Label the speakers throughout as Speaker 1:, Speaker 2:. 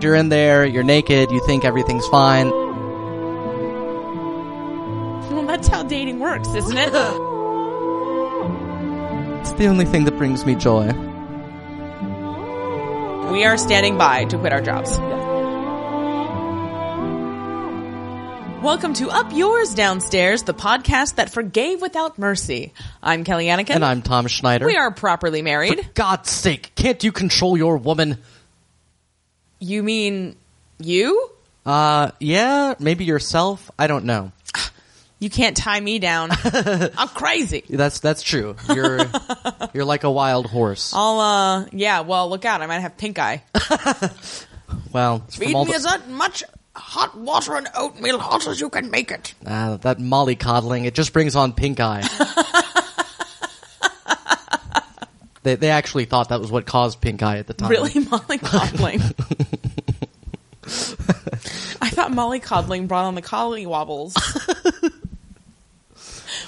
Speaker 1: You're in there, you're naked, you think everything's fine.
Speaker 2: Well, that's how dating works, isn't it?
Speaker 1: It's the only thing that brings me joy.
Speaker 2: we are standing by to quit our jobs. Welcome to Up Yours Downstairs, the podcast that forgave without mercy. I'm Kelly Anakin.
Speaker 1: And I'm Tom Schneider.
Speaker 2: we are properly
Speaker 1: For
Speaker 2: married.
Speaker 1: God's sake, can't you control your woman?
Speaker 2: You mean you?
Speaker 1: Uh, yeah, maybe yourself. I don't know.
Speaker 2: You can't tie me down. I'm crazy.
Speaker 1: That's that's true. You're you're like a wild horse.
Speaker 2: I'll uh yeah, well look out, I might have pink eye.
Speaker 1: Well, it's from all the-
Speaker 2: that much hot water and oatmeal hot as you can make it.
Speaker 1: Ah, that mollycoddling, it just brings on pink eye. they, they actually thought that was what caused pink eye at the time.
Speaker 2: Really mollycoddling. I thought mollycoddling brought on the collie wobbles.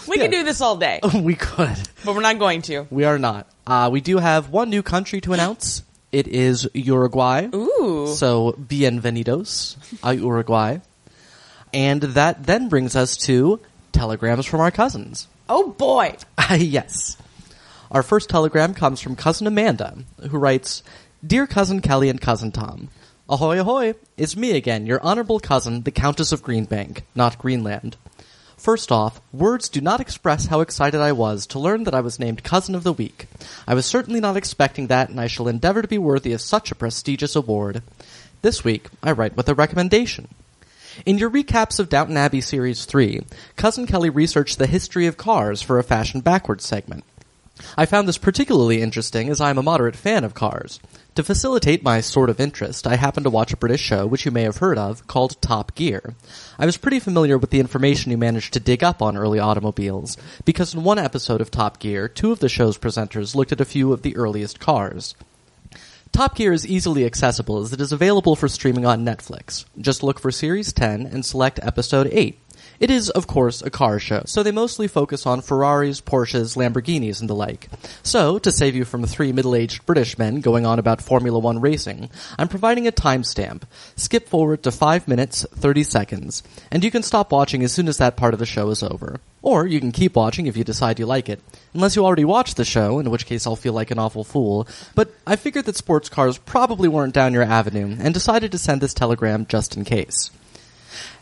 Speaker 2: we could
Speaker 1: Yeah.
Speaker 2: do this all day,
Speaker 1: we could.
Speaker 2: but we're not going to.
Speaker 1: We are not. Uh, we do have one new country to announce. It is Uruguay.
Speaker 2: Ooh.
Speaker 1: So, bienvenidos a Uruguay. And that then brings us to telegrams from our cousins.
Speaker 2: oh boy.
Speaker 1: Ah, yes. Our first telegram comes from cousin Amanda, who writes, "Dear cousin Kelly and cousin Tom, ahoy ahoy! It's me again, your honorable cousin, the Countess of Greenbank, not Greenland. First off, words do not express how excited I was to learn that I was named cousin of the week. I was certainly not expecting that, and I shall endeavor to be worthy of such a prestigious award. This week, I write with a recommendation." In your recaps of Downton Abbey Series 3, Cousin Kelly researched the history of cars for a Fashion Backwards segment. I found this particularly interesting as I am a moderate fan of cars. To facilitate my sort of interest, I happened to watch a British show which you may have heard of called Top Gear. I was pretty familiar with the information you managed to dig up on early automobiles, because in one episode of Top Gear, two of the show's presenters looked at a few of the earliest cars. Top Gear is easily accessible as it is available for streaming on Netflix. Just look for Series 10 and select Episode 8. It is, of course, a car show, so they mostly focus on Ferraris, Porsches, Lamborghinis, and the like. So, to save you from three middle-aged British men going on about Formula One racing, I'm providing a timestamp. Skip forward to 5 minutes, 30 seconds, and you can stop watching as soon as that part of the show is over. Or you can keep watching if you decide you like it, unless you already watched the show, in which case I'll feel like an awful fool. But I figured that sports cars probably weren't down your avenue, and decided to send this telegram just in case.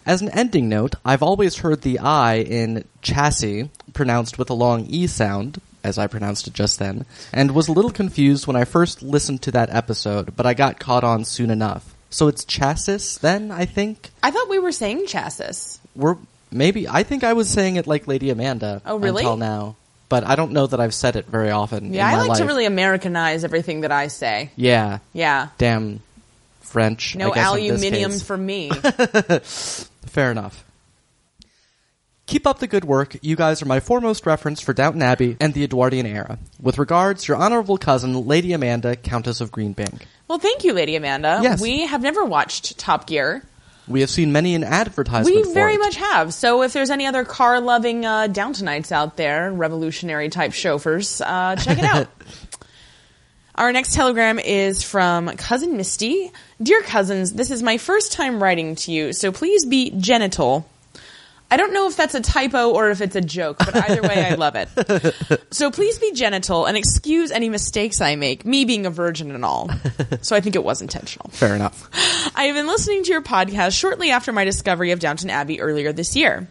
Speaker 1: As an ending note, I've always heard the I in chassis pronounced with a long E sound, as I pronounced it just then, and was a little confused when I first listened to that episode, but I got caught on soon enough. So it's chassis then, I think?
Speaker 2: I thought we were saying chassis.
Speaker 1: we're maybe I think I was saying it like Lady Amanda.
Speaker 2: Oh, really?
Speaker 1: Until now, but I don't know that I've said it very often.
Speaker 2: Yeah,
Speaker 1: in
Speaker 2: I
Speaker 1: my
Speaker 2: like to
Speaker 1: life.
Speaker 2: really Americanize everything that I say.
Speaker 1: Yeah,
Speaker 2: Yeah.
Speaker 1: damn French. I
Speaker 2: No
Speaker 1: guess in this
Speaker 2: aluminium
Speaker 1: case.
Speaker 2: for me.
Speaker 1: Fair enough. Keep up the good work. You guys are my foremost reference for Downton Abbey and the Edwardian era. With regards, your honorable cousin, Lady Amanda, Countess of Greenbank.
Speaker 2: well, thank you, Lady Amanda.
Speaker 1: Yes.
Speaker 2: We have never watched Top Gear.
Speaker 1: We have seen many an advertisement.
Speaker 2: We
Speaker 1: for
Speaker 2: very
Speaker 1: it.
Speaker 2: much have. So if there's any other car loving uh, Downtonites out there, revolutionary type chauffeurs, uh, check it out. Our next telegram is from Cousin Misty. Dear cousins, this is my first time writing to you, so please be genital. I don't know if that's a typo or if it's a joke, but either way, I love it. So please be genital and excuse any mistakes I make, me being a virgin and all. So I think it was intentional.
Speaker 1: Fair enough.
Speaker 2: I have been listening to your podcast shortly after my discovery of Downton Abbey earlier this year.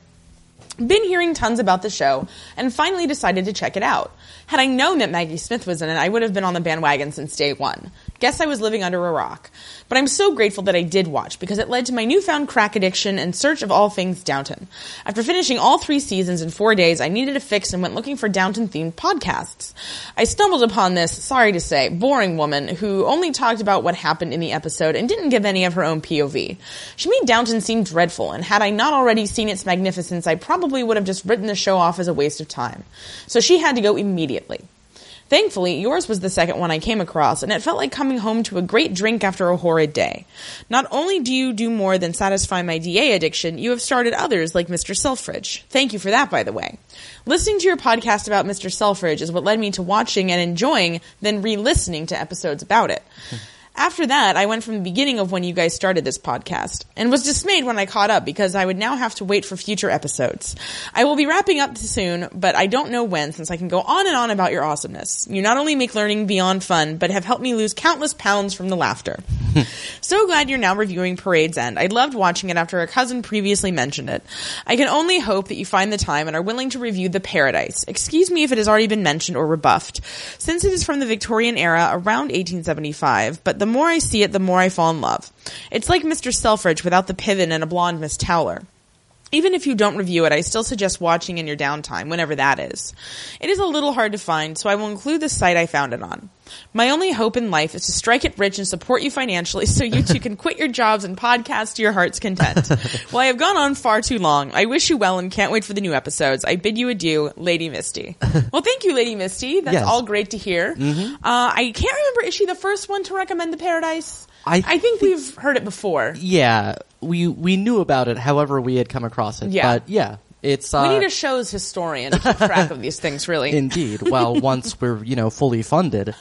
Speaker 2: Been hearing tons about the show and finally decided to check it out. Had I known that Maggie Smith was in it, I would have been on the bandwagon since day one. Guess I was living under a rock. But I'm so grateful that I did watch because it led to my newfound crack addiction and search of all things Downton. After finishing all three seasons in four days, I needed a fix and went looking for Downton themed podcasts. I stumbled upon this, sorry to say, boring woman who only talked about what happened in the episode and didn't give any of her own POV. She made Downton seem dreadful, and had I not already seen its magnificence, I probably would have just written the show off as a waste of time. So she had to go immediately. Thankfully, yours was the second one I came across, and it felt like coming home to a great drink after a horrid day. Not only do you do more than satisfy my DA addiction, you have started others like Mr. Selfridge. Thank you for that, by the way. Listening to your podcast about Mr. Selfridge is what led me to watching and enjoying, then re listening to episodes about it. After that, I went from the beginning of when you guys started this podcast and was dismayed when I caught up because I would now have to wait for future episodes. I will be wrapping up soon, but I don't know when since I can go on and on about your awesomeness. You not only make learning beyond fun, but have helped me lose countless pounds from the laughter. so glad you're now reviewing Parade's End. I loved watching it after a cousin previously mentioned it. I can only hope that you find the time and are willing to review The Paradise. Excuse me if it has already been mentioned or rebuffed, since it is from the Victorian era around 1875, but the more I see it, the more I fall in love. It's like Mr. Selfridge without the pivot and a blonde Miss Towler. Even if you don't review it, I still suggest watching in your downtime, whenever that is. It is a little hard to find, so I will include the site I found it on. My only hope in life is to strike it rich and support you financially so you two can quit your jobs and podcast to your heart's content. well, I have gone on far too long. I wish you well and can't wait for the new episodes. I bid you adieu, Lady Misty. well, thank you, Lady Misty. That's
Speaker 1: Yes. Mm-hmm.
Speaker 2: all great to hear. Uh, I can't remember, is she the first one to recommend The Paradise?
Speaker 1: I
Speaker 2: think we've heard it before.
Speaker 1: Yeah, we we knew about it. However, we had come across it.
Speaker 2: Yeah.
Speaker 1: but yeah, it's uh,
Speaker 2: We need a show's historian to keep track of these things, really.
Speaker 1: indeed. Well, once we're you know fully funded,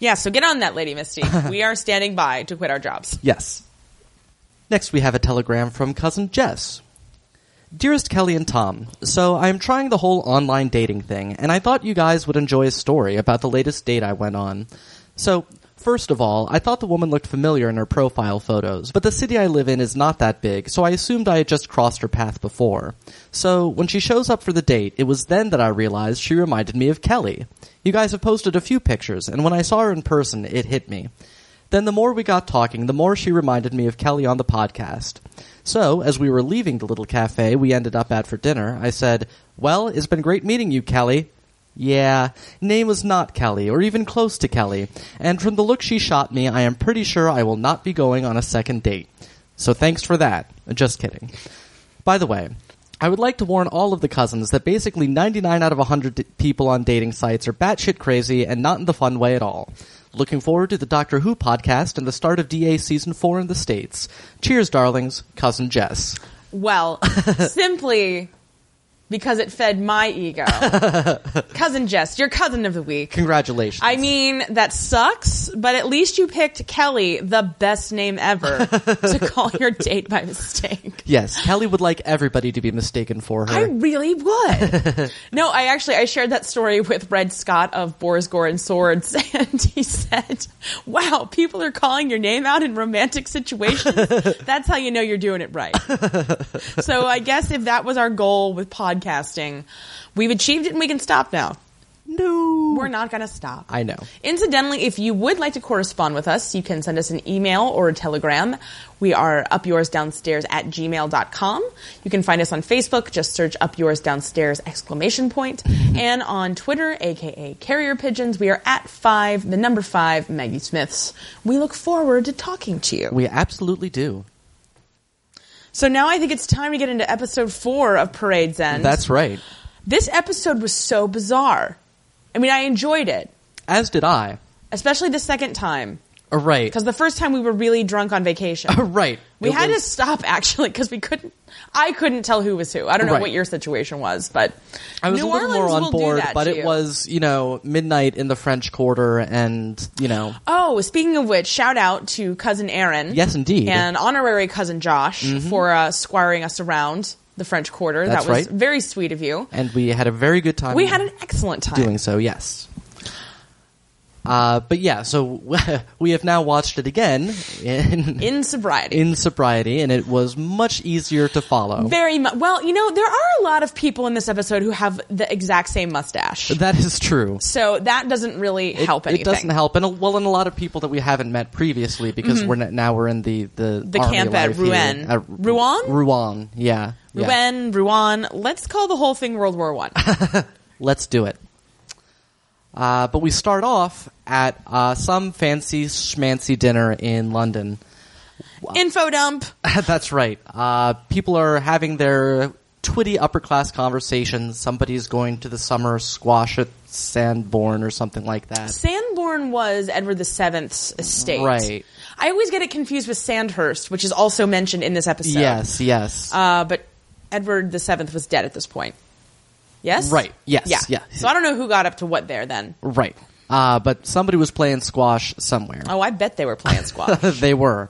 Speaker 2: yeah, so get on that, Lady Misty. we are standing by to quit our jobs.
Speaker 1: yes. Next, we have a telegram from cousin Jess. Dearest Kelly and Tom, so I am trying the whole online dating thing, and I thought you guys would enjoy a story about the latest date I went on. So, first of all, I thought the woman looked familiar in her profile photos, but the city I live in is not that big, so I assumed I had just crossed her path before. So, when she shows up for the date, it was then that I realized she reminded me of Kelly. You guys have posted a few pictures, and when I saw her in person, it hit me. Then the more we got talking, the more she reminded me of Kelly on the podcast. So, as we were leaving the little cafe we ended up at for dinner, I said, Well, it's been great meeting you, Kelly. Yeah, name was not Kelly, or even close to Kelly, and from the look she shot me, I am pretty sure I will not be going on a second date. So thanks for that. Just kidding. By the way, I would like to warn all of the cousins that basically 99 out of 100 d- people on dating sites are batshit crazy and not in the fun way at all. Looking forward to the Doctor Who podcast and the start of DA season 4 in the States. Cheers, darlings. Cousin Jess.
Speaker 2: Well, simply because it fed my ego. cousin Jess, your cousin of the week.
Speaker 1: Congratulations.
Speaker 2: I mean, that sucks, but at least you picked Kelly, the best name ever, to call your date by mistake.
Speaker 1: yes, Kelly would like everybody to be mistaken for her.
Speaker 2: I really would. no, I actually I shared that story with Red Scott of Boars Gore and Swords, and he said, "Wow, people are calling your name out in romantic situations. That's how you know you're doing it right." so I guess if that was our goal with podcasting, we've achieved it, and we can stop now.
Speaker 1: no.
Speaker 2: We're not going to stop.
Speaker 1: I know.
Speaker 2: Incidentally, if you would like to correspond with us, you can send us an email or a telegram. We are upyoursdownstairs at gmail.com. You can find us on Facebook, just search up yours downstairs exclamation point. And on Twitter, aka Carrier Pigeons, we are at five, the number five, Maggie Smiths. We look forward to talking to you.
Speaker 1: We absolutely do.
Speaker 2: So now I think it's time to get into episode four of Parade's End.
Speaker 1: That's right.
Speaker 2: This episode was so bizarre. I mean, I enjoyed it,
Speaker 1: As did I.
Speaker 2: especially the second time.
Speaker 1: Uh, Right.
Speaker 2: Because the first time we were really drunk on vacation.
Speaker 1: Uh, Right.
Speaker 2: We
Speaker 1: It
Speaker 2: had
Speaker 1: was-
Speaker 2: to stop actually because we couldn't. I couldn't tell who was who. I don't know
Speaker 1: Right.
Speaker 2: what your situation was, but
Speaker 1: I was
Speaker 2: New
Speaker 1: a little
Speaker 2: Orleans
Speaker 1: more
Speaker 2: will
Speaker 1: on
Speaker 2: do
Speaker 1: board,
Speaker 2: that
Speaker 1: but
Speaker 2: to
Speaker 1: it
Speaker 2: you.
Speaker 1: was, you know, midnight in the French Quarter, and, you know,
Speaker 2: Oh, speaking of which, shout out to cousin Aaron.
Speaker 1: Yes, indeed.
Speaker 2: And honorary cousin Josh for uh, squiring us around the French Quarter.
Speaker 1: That's
Speaker 2: that was
Speaker 1: right.
Speaker 2: very sweet of you.
Speaker 1: and we had a very good time.
Speaker 2: we had an excellent time.
Speaker 1: doing so, yes. Uh, but yeah, so we have now watched it again in
Speaker 2: in sobriety.
Speaker 1: in sobriety, and it was much easier to follow.
Speaker 2: very much. Well, you know, there are a lot of people in this episode who have the exact same mustache.
Speaker 1: that is true.
Speaker 2: so that doesn't really help anything.
Speaker 1: It doesn't help, and a, well, and a lot of people that we haven't met previously because we're n- now we're in the the,
Speaker 2: Mm-hmm. The
Speaker 1: army
Speaker 2: camp at
Speaker 1: life here.
Speaker 2: Rouen.
Speaker 1: Uh,
Speaker 2: Rouen?
Speaker 1: Rouen, yeah, yeah.
Speaker 2: Rouen, Rouen. Let's call the whole thing World War One.
Speaker 1: Let's do it. Uh, but we start off at uh, some fancy schmancy dinner in London.
Speaker 2: Info dump.
Speaker 1: That's right. Uh, people are having their twitty upper class conversations. Somebody's going to the summer squash at Sandbourne or something like that.
Speaker 2: Sanborn was Edward VII's estate.
Speaker 1: Right.
Speaker 2: I always get it confused with Sandhurst, which is also mentioned in this episode.
Speaker 1: Yes, yes.
Speaker 2: Uh, but Edward VII was dead at this point. Yes?
Speaker 1: Right. Yes.
Speaker 2: Yeah.
Speaker 1: Yeah.
Speaker 2: So I don't know who got up to what there then.
Speaker 1: right. Uh, but somebody was playing squash somewhere.
Speaker 2: Oh, I bet they were playing squash.
Speaker 1: they were.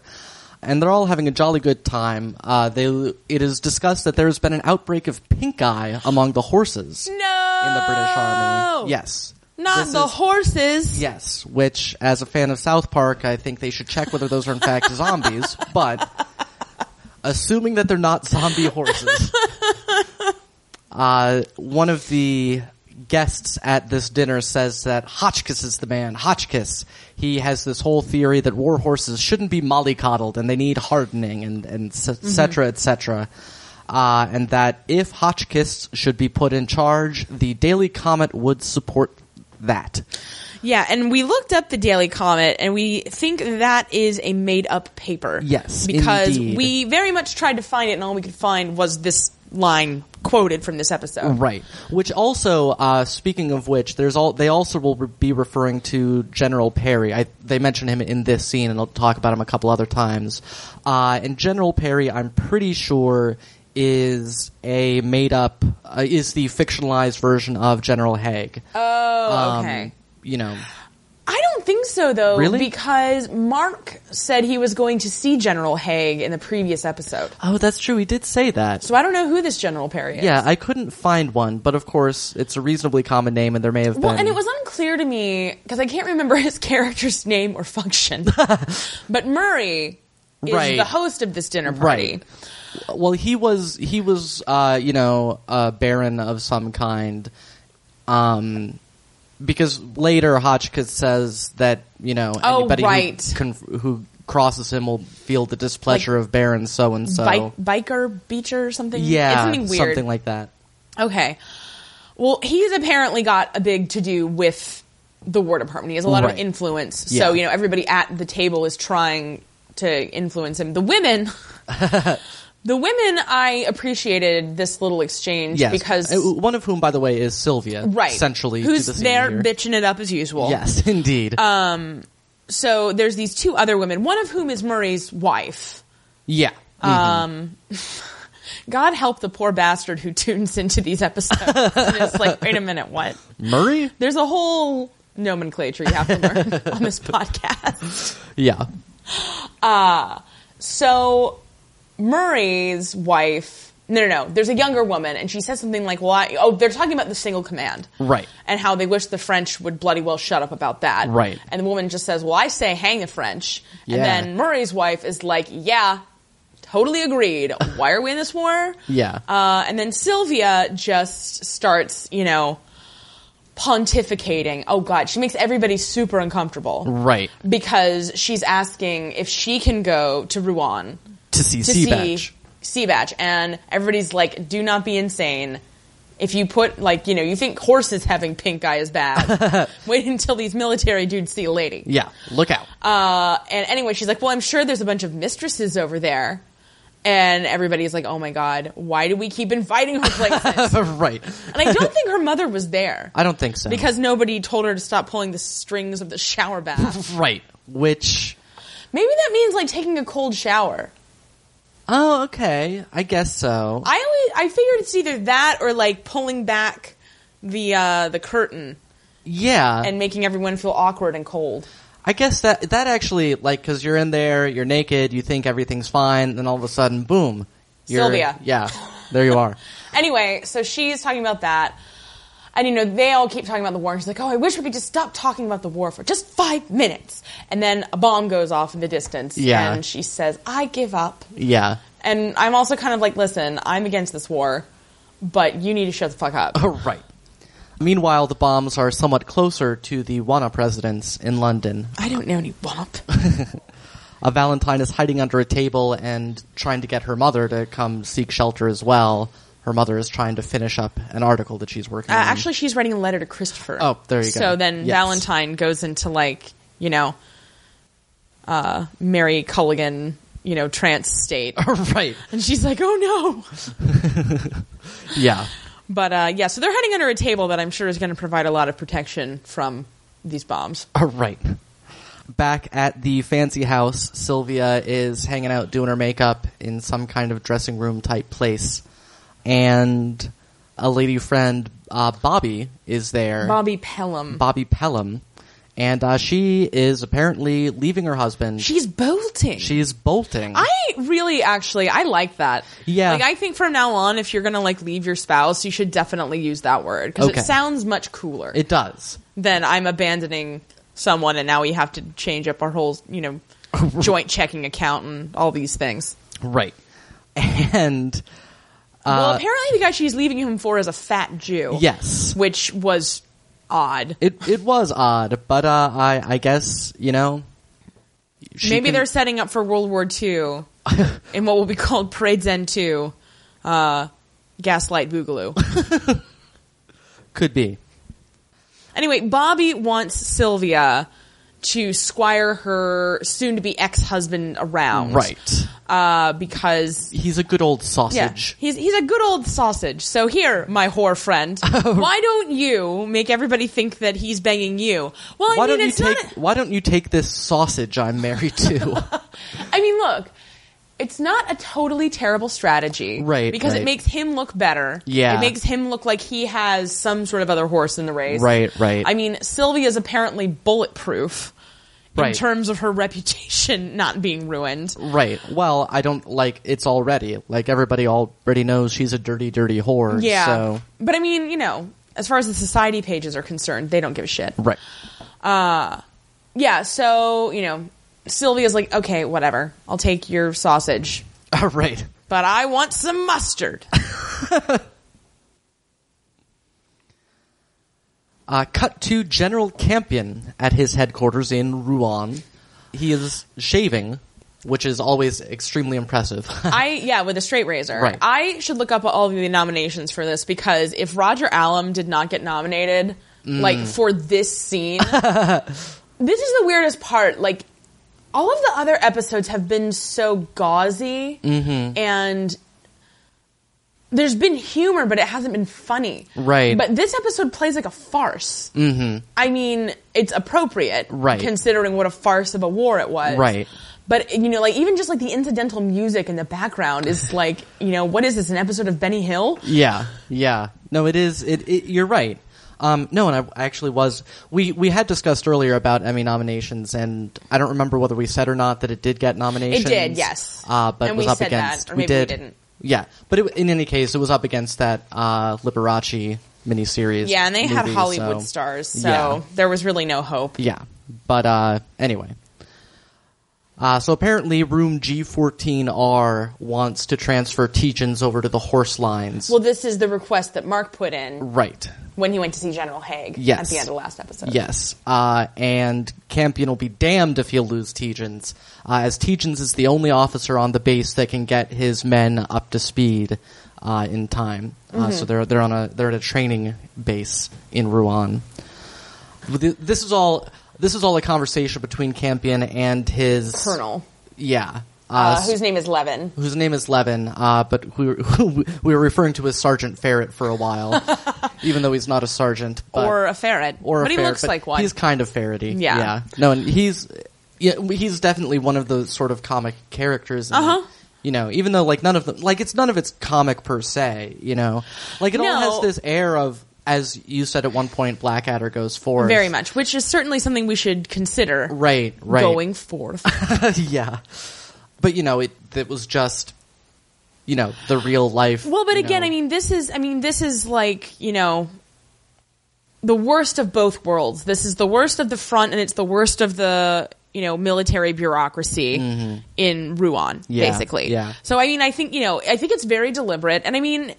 Speaker 1: And they're all having a jolly good time. Uh, they, it is discussed that there has been an outbreak of pink eye among the horses
Speaker 2: no.
Speaker 1: in the British Army. Yes.
Speaker 2: Not
Speaker 1: This
Speaker 2: the
Speaker 1: is-
Speaker 2: horses.
Speaker 1: Yes, which, as a fan of South Park, I think they should check whether those are in fact zombies, but assuming that they're not zombie horses, uh, one of the guests at this dinner says that Hotchkiss is the man. Hotchkiss. He has this whole theory that war horses shouldn't be mollycoddled and they need hardening and, and s- et cetera, et cetera. Uh, and that if Hotchkiss should be put in charge, the Daily Comet would support that.
Speaker 2: Yeah, and we looked up the Daily Comet, and we think that is a made-up paper.
Speaker 1: Yes,
Speaker 2: because
Speaker 1: indeed.
Speaker 2: we very much tried to find it, and all we could find was this line quoted from this episode.
Speaker 1: Right. Which also, uh, speaking of which, there's all they also will re- be referring to General Perry. I, they mention him in this scene, and I'll talk about him a couple other times. Uh, and General Perry, I'm pretty sure, is a made up, uh, is the fictionalized version of General Haig.
Speaker 2: Oh,
Speaker 1: Um,
Speaker 2: okay.
Speaker 1: you know,
Speaker 2: I don't think so, though,
Speaker 1: Really?
Speaker 2: because Mark said he was going to see General Haig in the previous episode.
Speaker 1: oh, that's true. He did say that.
Speaker 2: So I don't know who this General Perry is.
Speaker 1: yeah, I couldn't find one, but of course, it's a reasonably common name, and there may have
Speaker 2: Well,
Speaker 1: been.
Speaker 2: and it was unclear to me because I can't remember his character's name or function. but Murray is
Speaker 1: Right.
Speaker 2: the host of this dinner party.
Speaker 1: Right. Well, he was he was uh, you know a baron of some kind, um, because later Hotchkiss says that you know
Speaker 2: Oh,
Speaker 1: anybody
Speaker 2: right.
Speaker 1: who, conf- who crosses him will feel the displeasure of Baron so and so.
Speaker 2: Bike, biker Beecher or something. it's
Speaker 1: Yeah,
Speaker 2: something weird.
Speaker 1: something like that.
Speaker 2: okay. Well, he's apparently got a big to do with the War Department. He has a lot of
Speaker 1: Right.
Speaker 2: influence.
Speaker 1: Yeah.
Speaker 2: So you know everybody at the table is trying to influence him. The women. The women, I appreciated this little exchange
Speaker 1: Yes,
Speaker 2: because
Speaker 1: Uh, one of whom, by the way, is Sylvia.
Speaker 2: right,
Speaker 1: essentially, to
Speaker 2: who's Uh,
Speaker 1: the scene
Speaker 2: there
Speaker 1: here.
Speaker 2: bitching it up as usual.
Speaker 1: Yes, indeed.
Speaker 2: So there's these two other women, one of whom is Murray's wife.
Speaker 1: yeah.
Speaker 2: Um, God help the poor bastard who tunes into these episodes. and it's like, wait a minute, what?
Speaker 1: Mm-hmm. Murray?
Speaker 2: There's a whole nomenclature you have to learn on this podcast.
Speaker 1: Yeah.
Speaker 2: So Murray's wife, no, no, no. There's a younger woman, and she says something like, "Well, I, oh, they're talking about the single command,
Speaker 1: Right.
Speaker 2: And how they wish the French would bloody well shut up about that,
Speaker 1: Right.
Speaker 2: And the woman just says, "Well, I say hang the French."
Speaker 1: Yeah.
Speaker 2: And then Murray's wife is like, "Yeah, totally agreed. Why are we in this war?"
Speaker 1: Yeah.
Speaker 2: Uh, and then Sylvia just starts, you know, pontificating. Oh God, she makes everybody super uncomfortable,
Speaker 1: Right.
Speaker 2: Because she's asking if she can go to Rouen
Speaker 1: To see
Speaker 2: to
Speaker 1: Seabatch.
Speaker 2: see Seabatch, and everybody's like, "Do not be insane." If you put like you know you think horses having pink eye is bad, wait until these military dudes see a lady.
Speaker 1: Yeah. Look out.
Speaker 2: Uh, and anyway, she's like, "Well, I'm sure there's a bunch of mistresses over there," and everybody's like, "Oh my god, why do we keep inviting her places?"
Speaker 1: right.
Speaker 2: and I don't think her mother was there
Speaker 1: I don't think so.
Speaker 2: because nobody told her to stop pulling the strings of the shower bath.
Speaker 1: Right. Which.
Speaker 2: Maybe that means like taking a cold shower.
Speaker 1: Oh, okay. I guess so.
Speaker 2: I always I figured it's either that or like pulling back the uh, the curtain
Speaker 1: yeah.
Speaker 2: and making everyone feel awkward and cold.
Speaker 1: I guess that that actually like because you're in there, you're naked, you think everything's fine, then all of a sudden, boom, you're,
Speaker 2: Sylvia.
Speaker 1: Yeah, there you are.
Speaker 2: Anyway, so she's talking about that. And you know, they all keep talking about the war. And she's like, oh, I wish we could just stop talking about the war for just five minutes. And then a bomb goes off in the distance.
Speaker 1: Yeah.
Speaker 2: And she says, I give up.
Speaker 1: yeah.
Speaker 2: And I'm also kind of like, listen, I'm against this war, but you need to shut the fuck up.
Speaker 1: right. Meanwhile, the bombs are somewhat closer to the Wana presidents in London.
Speaker 2: I don't know any womp.
Speaker 1: Uh, Valentine is hiding under a table and trying to get her mother to come seek shelter as well. Her mother is trying to finish up an article that she's working
Speaker 2: Uh,
Speaker 1: on.
Speaker 2: actually, she's writing a letter to Christopher.
Speaker 1: Mm-hmm. Oh, there you go.
Speaker 2: So then
Speaker 1: Yes.
Speaker 2: Valentine goes into like you know, uh, Mary Culligan, you know, trance state,
Speaker 1: right.
Speaker 2: and she's like, "Oh no!"
Speaker 1: Yeah.
Speaker 2: But uh, yeah, so they're hiding under a table that I'm sure is going to provide a lot of protection from these bombs.
Speaker 1: All right. Back at the fancy house, Sylvia is hanging out doing her makeup in some kind of dressing room type place. And a lady friend, uh, Bobby, is there.
Speaker 2: Bobby Pelham.
Speaker 1: Bobby Pelham. and uh, she is apparently leaving her husband.
Speaker 2: She's bolting.
Speaker 1: She's bolting.
Speaker 2: I really actually I like that.
Speaker 1: Yeah.
Speaker 2: Like I think from now on if you're going to like leave your spouse, you should definitely use that word cuz
Speaker 1: Okay.
Speaker 2: it sounds much cooler
Speaker 1: it does.
Speaker 2: than I'm abandoning someone and now we have to change up our whole, you know, joint checking account and all these things.
Speaker 1: Right. And Uh,
Speaker 2: well, apparently the guy she's leaving him for is a fat Jew.
Speaker 1: yes.
Speaker 2: Which was odd.
Speaker 1: It it was odd, but uh, I I guess you know. she
Speaker 2: Maybe
Speaker 1: can-
Speaker 2: they're setting up for World War II in what will be called Parades End 2, uh, Gaslight Boogaloo.
Speaker 1: could be
Speaker 2: Anyway, Bobby wants Sylvia to squire her soon to be ex husband around.
Speaker 1: right.
Speaker 2: Uh, because.
Speaker 1: He's a good old
Speaker 2: Yeah,
Speaker 1: sausage.
Speaker 2: he's he's a good old sausage. So here, my whore friend,
Speaker 1: Oh.
Speaker 2: why don't you make everybody think that he's banging you? Well, I
Speaker 1: Why
Speaker 2: mean,
Speaker 1: don't you
Speaker 2: it's not.
Speaker 1: take Why don't you take this sausage I'm married to?
Speaker 2: I mean, look, it's not a totally terrible strategy,
Speaker 1: Right,
Speaker 2: Because
Speaker 1: right.
Speaker 2: it makes him look better.
Speaker 1: Yeah.
Speaker 2: it makes him look like he has some sort of other horse in the race.
Speaker 1: Right, right.
Speaker 2: I mean, Sylvia's apparently bulletproof in
Speaker 1: Right.
Speaker 2: terms of her reputation not being ruined.
Speaker 1: right. Well, I don't like. It's already like everybody already knows she's a dirty, dirty whore.
Speaker 2: Yeah,
Speaker 1: So
Speaker 2: but I mean, you know, as far as the society pages are concerned, they don't give a shit.
Speaker 1: right.
Speaker 2: Yeah, so you know, Sylvia's like, okay, whatever, I'll take your sausage,
Speaker 1: All right.
Speaker 2: but I want some mustard.
Speaker 1: Uh, cut to General Campion at his headquarters in Rouen. He is shaving, which is always extremely impressive.
Speaker 2: I yeah, with a straight razor.
Speaker 1: Right.
Speaker 2: I should look up all of the nominations for this because if Roger Allam did not get nominated,
Speaker 1: Mm.
Speaker 2: like for this scene, this is the weirdest part. Like all of the other episodes have been so gauzy
Speaker 1: Mm-hmm.
Speaker 2: and. There's been humor, but it hasn't been funny.
Speaker 1: Right.
Speaker 2: But this episode plays like a farce. Mm-hmm. I mean, it's appropriate,
Speaker 1: Right.
Speaker 2: Considering what a farce of a war it was,
Speaker 1: Right.
Speaker 2: but you know, like even just like the incidental music in the background is like, you know, what is this? An episode of Benny Hill?
Speaker 1: Yeah, yeah. No, it is. It, it you're right. Um, no, and I actually was. We we had discussed earlier about Emmy nominations, and I don't remember whether we said or not that it did get nominations.
Speaker 2: yes.
Speaker 1: uh, but
Speaker 2: And
Speaker 1: was
Speaker 2: we
Speaker 1: up
Speaker 2: said that,
Speaker 1: against.
Speaker 2: or maybe we
Speaker 1: did.
Speaker 2: didn't.
Speaker 1: Yeah, but it, in any case, it was up against that uh, Liberace miniseries.
Speaker 2: Yeah, and they had
Speaker 1: movie,
Speaker 2: Hollywood
Speaker 1: so-
Speaker 2: stars, so
Speaker 1: Yeah.
Speaker 2: there was really no hope.
Speaker 1: Yeah, but uh, anyway. Uh, so apparently, room G14R wants to transfer Teachins over to the horse lines.
Speaker 2: Well, this is the request that Mark put in
Speaker 1: right.
Speaker 2: when he went to see General Haig
Speaker 1: Yes.
Speaker 2: at the end of last episode.
Speaker 1: Yes, uh, and Campion will be damned if he'll lose Tegens, uh, as Tegens is the only officer on the base that can get his men up to speed uh, in time. Uh,
Speaker 2: Mm-hmm.
Speaker 1: so they're they're on a they're at a training base in Rouen. Th- This is all this is all a conversation between Campion and his
Speaker 2: Colonel,
Speaker 1: Yeah, uh,
Speaker 2: uh,
Speaker 1: s-
Speaker 2: whose name is Levin.
Speaker 1: whose name is Levin, uh, but who, who we were referring to as Sergeant Ferret for a while, even though he's not a sergeant. But
Speaker 2: or a ferret.
Speaker 1: or a
Speaker 2: but he
Speaker 1: ferret,
Speaker 2: looks
Speaker 1: but
Speaker 2: like one.
Speaker 1: He's kind of ferrety.
Speaker 2: Yeah.
Speaker 1: No, and he's yeah, he's definitely one of those sort of comic characters. and,
Speaker 2: Uh-huh.
Speaker 1: You know, even though like none of them, like it's none of it's comic per se. You know, like it all
Speaker 2: No.
Speaker 1: has this air of, as you said at one point, Blackadder goes forth.
Speaker 2: Very much, which is certainly something we should consider
Speaker 1: Right. Right.
Speaker 2: going forth.
Speaker 1: yeah. But you know, it it was just, you know, the real life.
Speaker 2: Well, but
Speaker 1: you
Speaker 2: again,
Speaker 1: know.
Speaker 2: I mean, this is, I mean, this is like, you know, the worst of both worlds. This is the worst of the front and it's the worst of the, you know, military bureaucracy in Rouen,
Speaker 1: Mm-hmm. Yeah,
Speaker 2: basically.
Speaker 1: yeah.
Speaker 2: So, I mean, I think, you know, I think it's very deliberate. And I mean,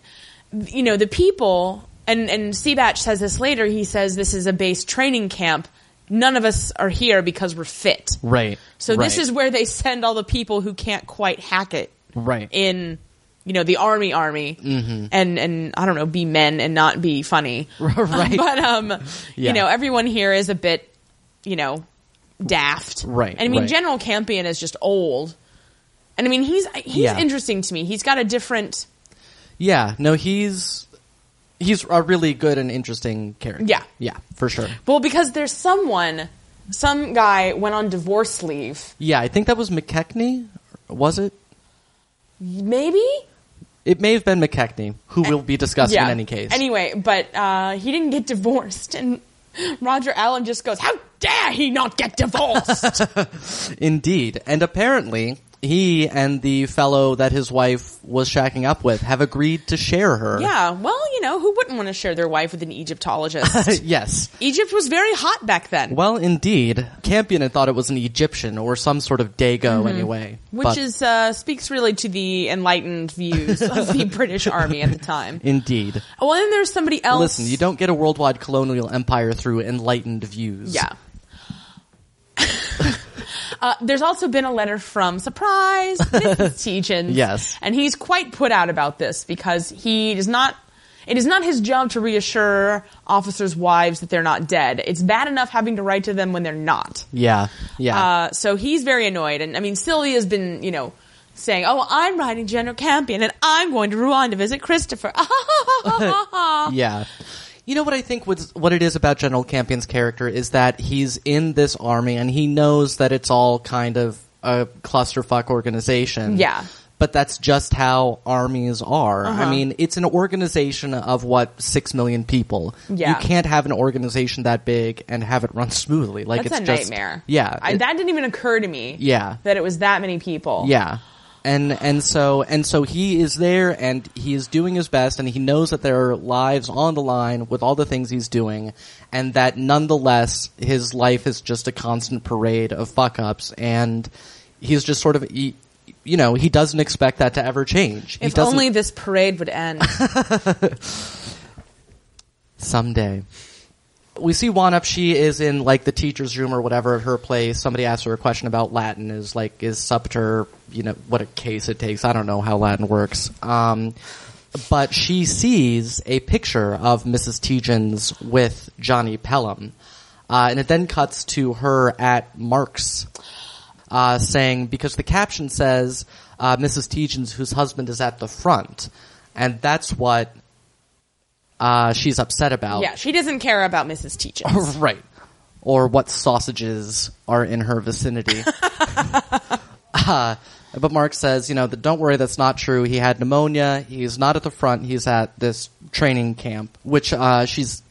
Speaker 2: you know, the people, and, and Seabatch says this later, he says this is a base training camp. None of us are here because we're fit.
Speaker 1: right.
Speaker 2: So this
Speaker 1: right,
Speaker 2: is where they send all the people who can't quite hack it
Speaker 1: right. Mm-hmm.
Speaker 2: in you know the army army and and I don't know be men and not be funny
Speaker 1: Right.
Speaker 2: but um
Speaker 1: Yeah.
Speaker 2: you know everyone here is a bit you know daft
Speaker 1: Right,
Speaker 2: and I mean
Speaker 1: right.
Speaker 2: General Campion is just old and I mean he's he's
Speaker 1: Yeah.
Speaker 2: interesting to me he's got a different
Speaker 1: yeah. No, he's he's a really good and interesting character.
Speaker 2: Yeah.
Speaker 1: Yeah, for sure.
Speaker 2: well because there's someone some guy went on divorce leave
Speaker 1: Yeah, I think that was McKechnie, was it?
Speaker 2: maybe
Speaker 1: It may have been McKechnie, who we'll be discussing in any case.
Speaker 2: Anyway, but uh, he didn't get divorced, and Roger Allen just goes, "How dare he not get divorced?
Speaker 1: Indeed. And apparently, he and the fellow that his wife was shacking up with have agreed to share her.
Speaker 2: yeah, well, you know, who wouldn't want to share their wife with an Egyptologist?
Speaker 1: yes.
Speaker 2: Egypt was very hot back then,
Speaker 1: Well, indeed. Campion had thought it was an Egyptian or some sort of Dago anyway.
Speaker 2: Mm-hmm. which
Speaker 1: but
Speaker 2: is uh, speaks really to the enlightened views of the British army at the time.
Speaker 1: Indeed.
Speaker 2: Well, then there's somebody else.
Speaker 1: Listen, you don't get a worldwide colonial empire through enlightened views.
Speaker 2: Yeah. uh, there's also been a letter from Surprise Mrs. Teachins.
Speaker 1: Yes.
Speaker 2: and he's quite put out about this because he does not. It is not his job to reassure officers' wives that they're not dead. It's bad enough having to write to them when they're not.
Speaker 1: Yeah. Yeah.
Speaker 2: Uh, so he's very annoyed, and I mean, Sylvia's been, you know, saying, "Oh, I'm writing General Campion, and I'm going to Rouen to visit Christopher."
Speaker 1: yeah. You know what I think was what it is about General Campion's character is that he's in this army and he knows that it's all kind of a clusterfuck organization.
Speaker 2: Yeah. Uh-huh.
Speaker 1: But that's just how armies are. I mean, it's an organization of what six million people.
Speaker 2: Yeah.
Speaker 1: You can't have an organization that big and have it run smoothly. Like
Speaker 2: That's a
Speaker 1: it's just
Speaker 2: nightmare.
Speaker 1: Yeah.
Speaker 2: I,
Speaker 1: it-
Speaker 2: that didn't even occur to me.
Speaker 1: Yeah.
Speaker 2: that it was that many people.
Speaker 1: yeah. And and so and so he is there and he is doing his best and he knows that there are lives on the line with all the things he's doing and that nonetheless his life is just a constant parade of fuck ups and he's just sort of he, you know he doesn't expect that to ever change. he
Speaker 2: If
Speaker 1: doesn't
Speaker 2: only this parade would end.
Speaker 1: someday. We see Wanup. She is in like the teacher's room or whatever at her place. Somebody asks her a question about Latin. Is like is subter? You know what a case it takes. I don't know how Latin works. Um, but she sees a picture of Mrs. Tejans with Johnny Pelham, uh, and it then cuts to her at Mark's uh, saying because the caption says uh, Mrs. Tejans, whose husband is at the front, and that's what uh, she's upset about.
Speaker 2: yeah, she doesn't care about Mrs. Teachers.
Speaker 1: Oh, Right. Or what sausages are in her vicinity. uh, but Mark says, you know, that don't worry, that's not true. He had pneumonia. He's not at the front. He's at this training camp, which uh, she's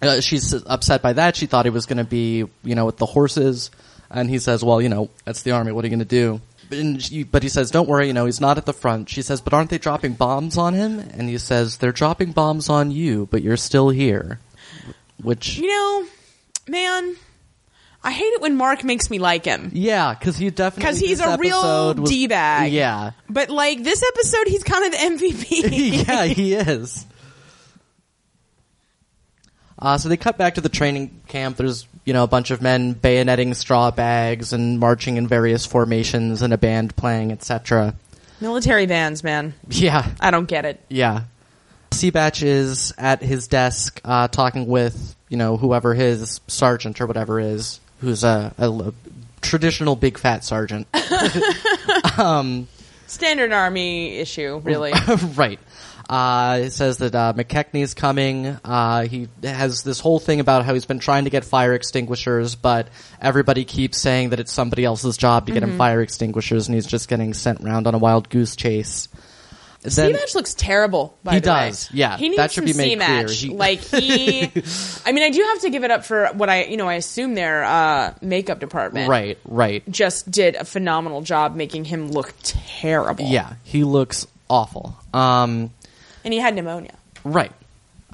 Speaker 1: uh, she's upset by that. She thought he was going to be, you know, with the horses. And he says, well, you know, that's the army. What are you going to do? And she, but he says, don't worry, you know, he's not at the front. She says, but aren't they dropping bombs on him? And he says, they're dropping bombs on you, but you're still here. Which,
Speaker 2: You know, man, I hate it when Mark makes me like him.
Speaker 1: yeah, because you definitely.
Speaker 2: Because he's
Speaker 1: this
Speaker 2: a real
Speaker 1: episode was-
Speaker 2: D bag.
Speaker 1: Yeah.
Speaker 2: But like this episode, he's kind of the MVP.
Speaker 1: yeah, he is. Uh, so they cut back to the training camp. There's, you know, a bunch of men bayoneting straw bags and marching in various formations and a band playing, etc.
Speaker 2: Military bands, man.
Speaker 1: Yeah,
Speaker 2: I don't get it.
Speaker 1: yeah. Seabatch is at his desk uh, talking with, you know, whoever his sergeant or whatever is, who's a, a l- traditional big fat sergeant.
Speaker 2: Standard army issue, really.
Speaker 1: right. Uh, it says that uh, McKechnie's coming. Uh, he has this whole thing about how he's been trying to get fire extinguishers, but everybody keeps saying that it's somebody else's job to get him fire extinguishers, and he's just getting sent round on a wild goose chase. Then,
Speaker 2: Seamatch looks terrible. By
Speaker 1: He
Speaker 2: the way.
Speaker 1: does, yeah.
Speaker 2: he needs
Speaker 1: That should
Speaker 2: some
Speaker 1: be made
Speaker 2: Seamatch.
Speaker 1: clear. He-
Speaker 2: like he, I mean, I do have to give it up for what I, you know, I assume their uh, makeup department,
Speaker 1: right, right.
Speaker 2: just did a phenomenal job making him look terrible.
Speaker 1: Yeah, he looks awful. Um,
Speaker 2: and he had pneumonia.
Speaker 1: Right.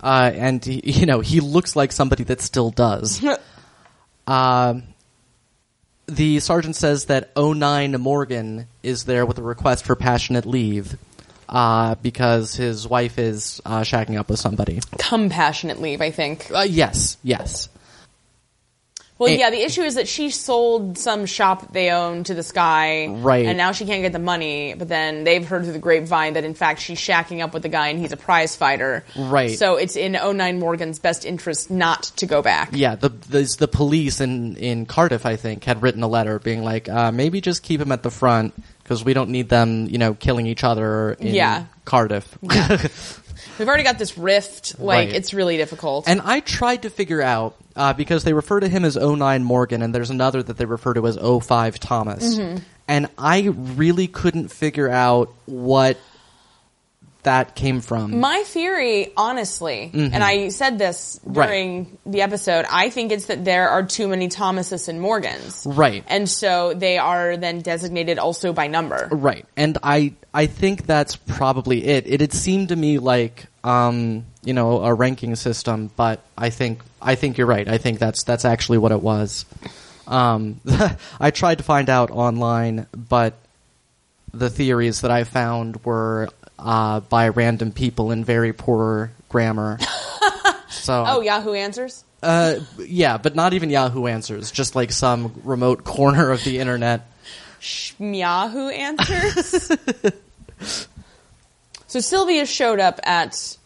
Speaker 1: Uh, and he, you know he looks like somebody that still does. um, the sergeant says that 09 Morgan is there with a request for passionate leave uh, because his wife is uh, shacking up with somebody.
Speaker 2: Compassionate leave, I think.
Speaker 1: Uh, yes, yes,
Speaker 2: Well,
Speaker 1: Eh.
Speaker 2: yeah, the issue is that she sold some shop that they own to this guy,
Speaker 1: Right.
Speaker 2: And now she can't get the money. But then they've heard through the grapevine that in fact she's shacking up with the guy and he's a prize fighter,
Speaker 1: Right.
Speaker 2: So it's in 09 Morgan's best interest not to go back.
Speaker 1: yeah. The, the the police in in Cardiff, I think, had written a letter being like, uh, maybe just keep him at the front because we don't need them, you know, killing each other in
Speaker 2: Yeah.
Speaker 1: Cardiff.
Speaker 2: We've already got this rift.
Speaker 1: Right.
Speaker 2: Like it's really difficult.
Speaker 1: And I tried to figure out uh, because they refer to him as 09 Morgan, and there's another that they refer to as 05 Thomas. And I really couldn't figure out what that came from.
Speaker 2: My theory, honestly, and I said this
Speaker 1: Mm-hmm. Right.
Speaker 2: during the episode, I think it's that there are too many Thomases and Morgans.
Speaker 1: Right.
Speaker 2: And so they are then designated also by number.
Speaker 1: Right. And I I think that's probably it. It had seemed to me like um, you know, a ranking system, but I think I think you're right. I think that's that's actually what it was. Um, I tried to find out online, but the theories that I found were uh, by random people in very poor grammar. so
Speaker 2: Oh, Yahoo Answers?
Speaker 1: uh, yeah, but not even Yahoo answers, just like some remote corner of the internet.
Speaker 2: Yahoo Answers? so Sylvia showed up at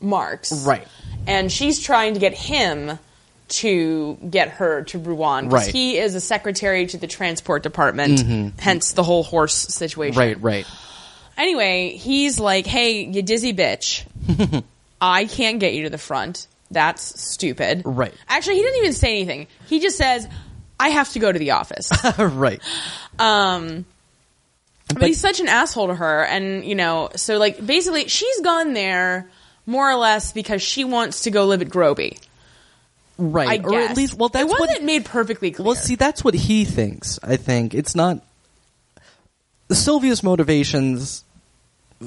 Speaker 2: Mark's.
Speaker 1: Right.
Speaker 2: And she's trying to get him to get her to Rouen. 'cause
Speaker 1: Right. Mm-hmm.
Speaker 2: He is a secretary to the transport department, hence the whole horse situation.
Speaker 1: Right, right.
Speaker 2: Anyway, he's like, hey, you dizzy bitch. I can't get you to the front. That's stupid.
Speaker 1: Right.
Speaker 2: Actually, he didn't even say anything. He just says, I have to go to the office.
Speaker 1: right.
Speaker 2: but, he's such an asshole to her. And, you know, so like basically she's gone there more or less because she wants to go live at Groby.
Speaker 1: Right.
Speaker 2: I
Speaker 1: or
Speaker 2: guess.
Speaker 1: at least well that's
Speaker 2: it wasn't
Speaker 1: what
Speaker 2: made perfectly clear.
Speaker 1: Well, see, that's what he thinks. I think it's not Sylvia's motivations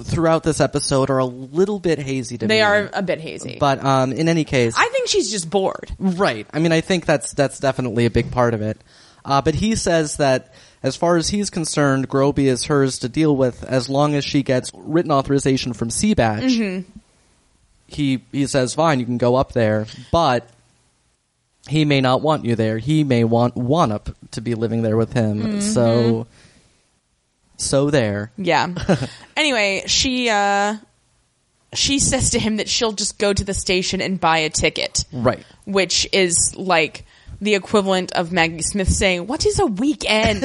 Speaker 1: throughout this episode are a little bit hazy to me.
Speaker 2: they are a bit hazy.
Speaker 1: but um, in any case,
Speaker 2: I think she's just bored.
Speaker 1: right? I mean, I think that's that's definitely a big part of it. Uh, but he says that as far as he's concerned, Groby is hers to deal with as long as she gets written authorization from Seabatch. He he says, "Fine, you can go up there, but." he may not want you there. He may want Wanup to be living there with him. So, so there.
Speaker 2: Yeah. anyway, she uh she says to him that she'll just go to the station and buy a ticket,
Speaker 1: Right.
Speaker 2: which is like the equivalent of Maggie Smith saying, "What is a weekend?"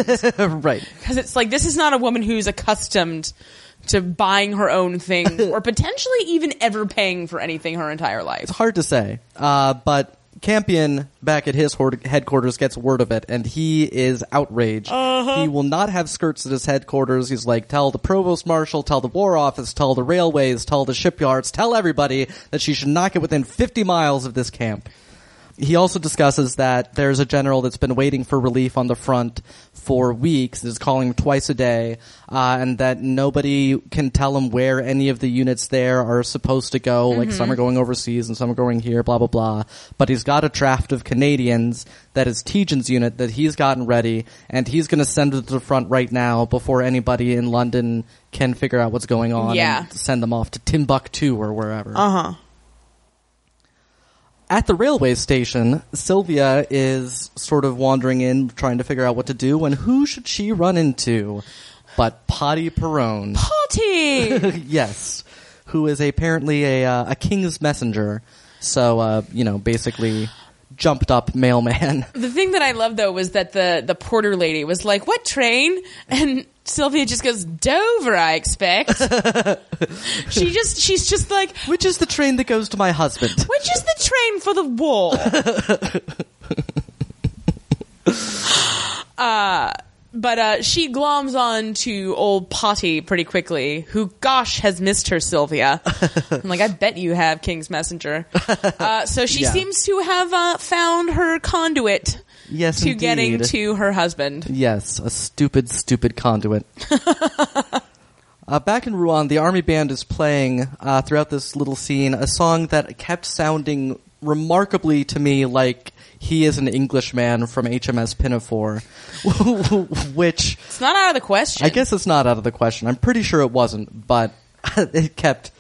Speaker 1: right.
Speaker 2: Because it's like this is not a woman who's accustomed to buying her own things or potentially even ever paying for anything her entire life.
Speaker 1: It's hard to say. Uh, but Campion, back at his hor- headquarters, gets word of it, and he is outraged. He will not have skirts at his headquarters. He's like, tell the provost marshal, tell the war office, tell the railways, tell the shipyards, tell everybody that she should not get within 50 miles of this camp. He also discusses that there's a general that's been waiting for relief on the front for weeks, is calling him twice a day, uh, and that nobody can tell him where any of the units there are supposed to go. Like some are going overseas and some are going here, blah, blah, blah. But he's got a draft of Canadians that is Tejan's unit that he's gotten ready, and he's going to send it to the front right now before anybody in London can figure out what's going on
Speaker 2: Yeah. Uh-huh.
Speaker 1: and send them off to Timbuktu or wherever. At the railway station, Sylvia is sort of wandering in, trying to figure out what to do, and who should she run into but Potty Perone?
Speaker 2: Potty.
Speaker 1: yes, who is apparently a, uh, a king's messenger. So, uh, you know, basically jumped up mailman.
Speaker 2: the thing that I love though was that the the porter lady was like, "What train?" and Sylvia just goes, "Dover, I expect." she just she's just like,
Speaker 1: Which is the train that goes to my husband.
Speaker 2: "Which is the train for the war?" uh But uh, she gloms on to old Potty pretty quickly, who, gosh, has missed her, Sylvia. I'm like, I bet you have King's Messenger. Uh, so she
Speaker 1: Yeah.
Speaker 2: seems to have uh, found her conduit
Speaker 1: Yes,
Speaker 2: to
Speaker 1: indeed.
Speaker 2: getting to her husband.
Speaker 1: Yes, a stupid, stupid conduit. uh, back in Rouen, the army band is playing uh, throughout this little scene a song that kept sounding remarkably to me like he is an Englishman from HMS Pinafore, which
Speaker 2: It's not out of the question.
Speaker 1: I guess it's not out of the question. I'm pretty sure it wasn't, but it kept.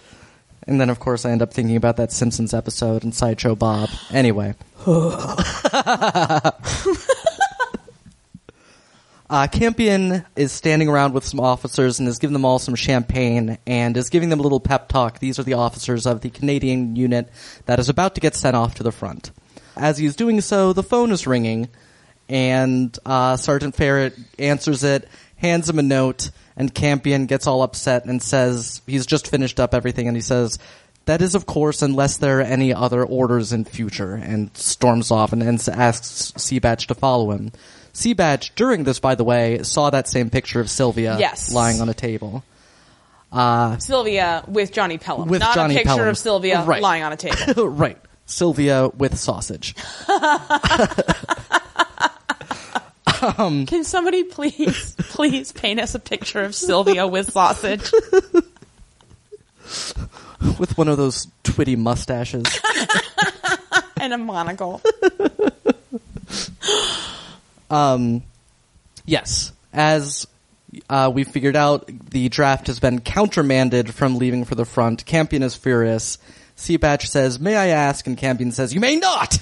Speaker 1: And then, of course, I end up thinking about that Simpsons episode and Sideshow Bob. Anyway. Uh, Campion is standing around with some officers and is giving them all some champagne and is giving them a little pep talk. These are the officers of the Canadian unit that is about to get sent off to the front. As he is doing so, the phone is ringing, and uh, Sergeant Ferret answers it, hands him a note, and Campion gets all upset and says he's just finished up everything, and he says, "That is, of course, unless there are any other orders in future," and storms off and, and asks Seabatch to follow him. Seabatch, during this, by the way, saw that same picture of Sylvia
Speaker 2: Yes.
Speaker 1: lying on a table. Uh,
Speaker 2: Sylvia with Johnny Pelham.
Speaker 1: With
Speaker 2: Not
Speaker 1: Johnny
Speaker 2: a picture
Speaker 1: Pelham.
Speaker 2: of Sylvia
Speaker 1: Right.
Speaker 2: lying on a table.
Speaker 1: right. Sylvia with sausage.
Speaker 2: Can somebody please, please paint us a picture of Sylvia with sausage?
Speaker 1: with one of those twitty mustaches.
Speaker 2: and a monocle.
Speaker 1: yes. As uh, we figured out, the draft has been countermanded from leaving for the front. Campion is furious. Seabatch says, May I ask? And Campion says, You may not!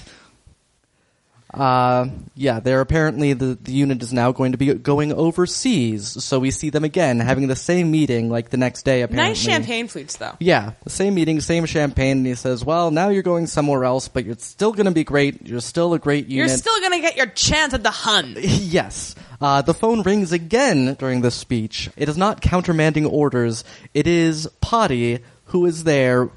Speaker 1: Uh, yeah, they're apparently the, the unit is now going to be going overseas, so we see them again having the same meeting like the next day. Apparently,
Speaker 2: Nice champagne flutes, though.
Speaker 1: Yeah, the same meeting, same champagne. And he says, "Well, now you're going somewhere else, but you're still going to be great. You're still a great
Speaker 2: You're
Speaker 1: unit.
Speaker 2: still gonna get your chance at the Hun.
Speaker 1: Yes. Uh, the phone rings again during this speech. It is not countermanding orders. It is Potty who is there,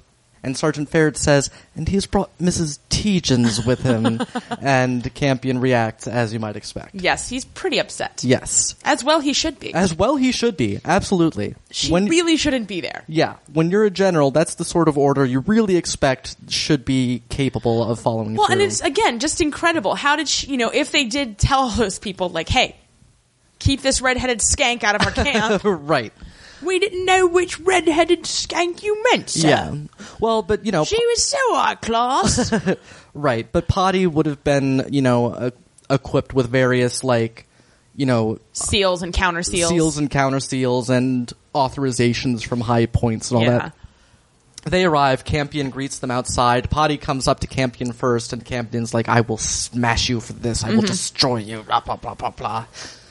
Speaker 1: and Sergeant Ferret says, and he's brought Mrs. Teejans with him. and Campion reacts as you might expect.
Speaker 2: Yes, he's pretty upset.
Speaker 1: Yes.
Speaker 2: As well, he should be.
Speaker 1: As well he should be. Absolutely.
Speaker 2: she
Speaker 1: Uh, When-
Speaker 2: really shouldn't be there.
Speaker 1: yeah, when you're a general, that's the sort of order you really expect should be capable of following
Speaker 2: Well,
Speaker 1: through.
Speaker 2: and it's again just incredible. How did she? You know, if they did tell those people, like, "Hey, keep this redheaded skank out of our camp,"
Speaker 1: right.
Speaker 2: we didn't know which redheaded skank you meant. Sir.
Speaker 1: Yeah. Well, but you know,
Speaker 2: she was so high class.
Speaker 1: Right, but Potty would have been, you know, uh, equipped with various like, you know,
Speaker 2: seals and counter seals.
Speaker 1: and counter seals and authorizations from high points and all
Speaker 2: Yeah.
Speaker 1: that. They arrive. Campion greets them outside. Potty comes up to Campion first, and Campion's like, "I will smash you for this. I will
Speaker 2: Mm-hmm.
Speaker 1: destroy you." Blah blah blah blah blah.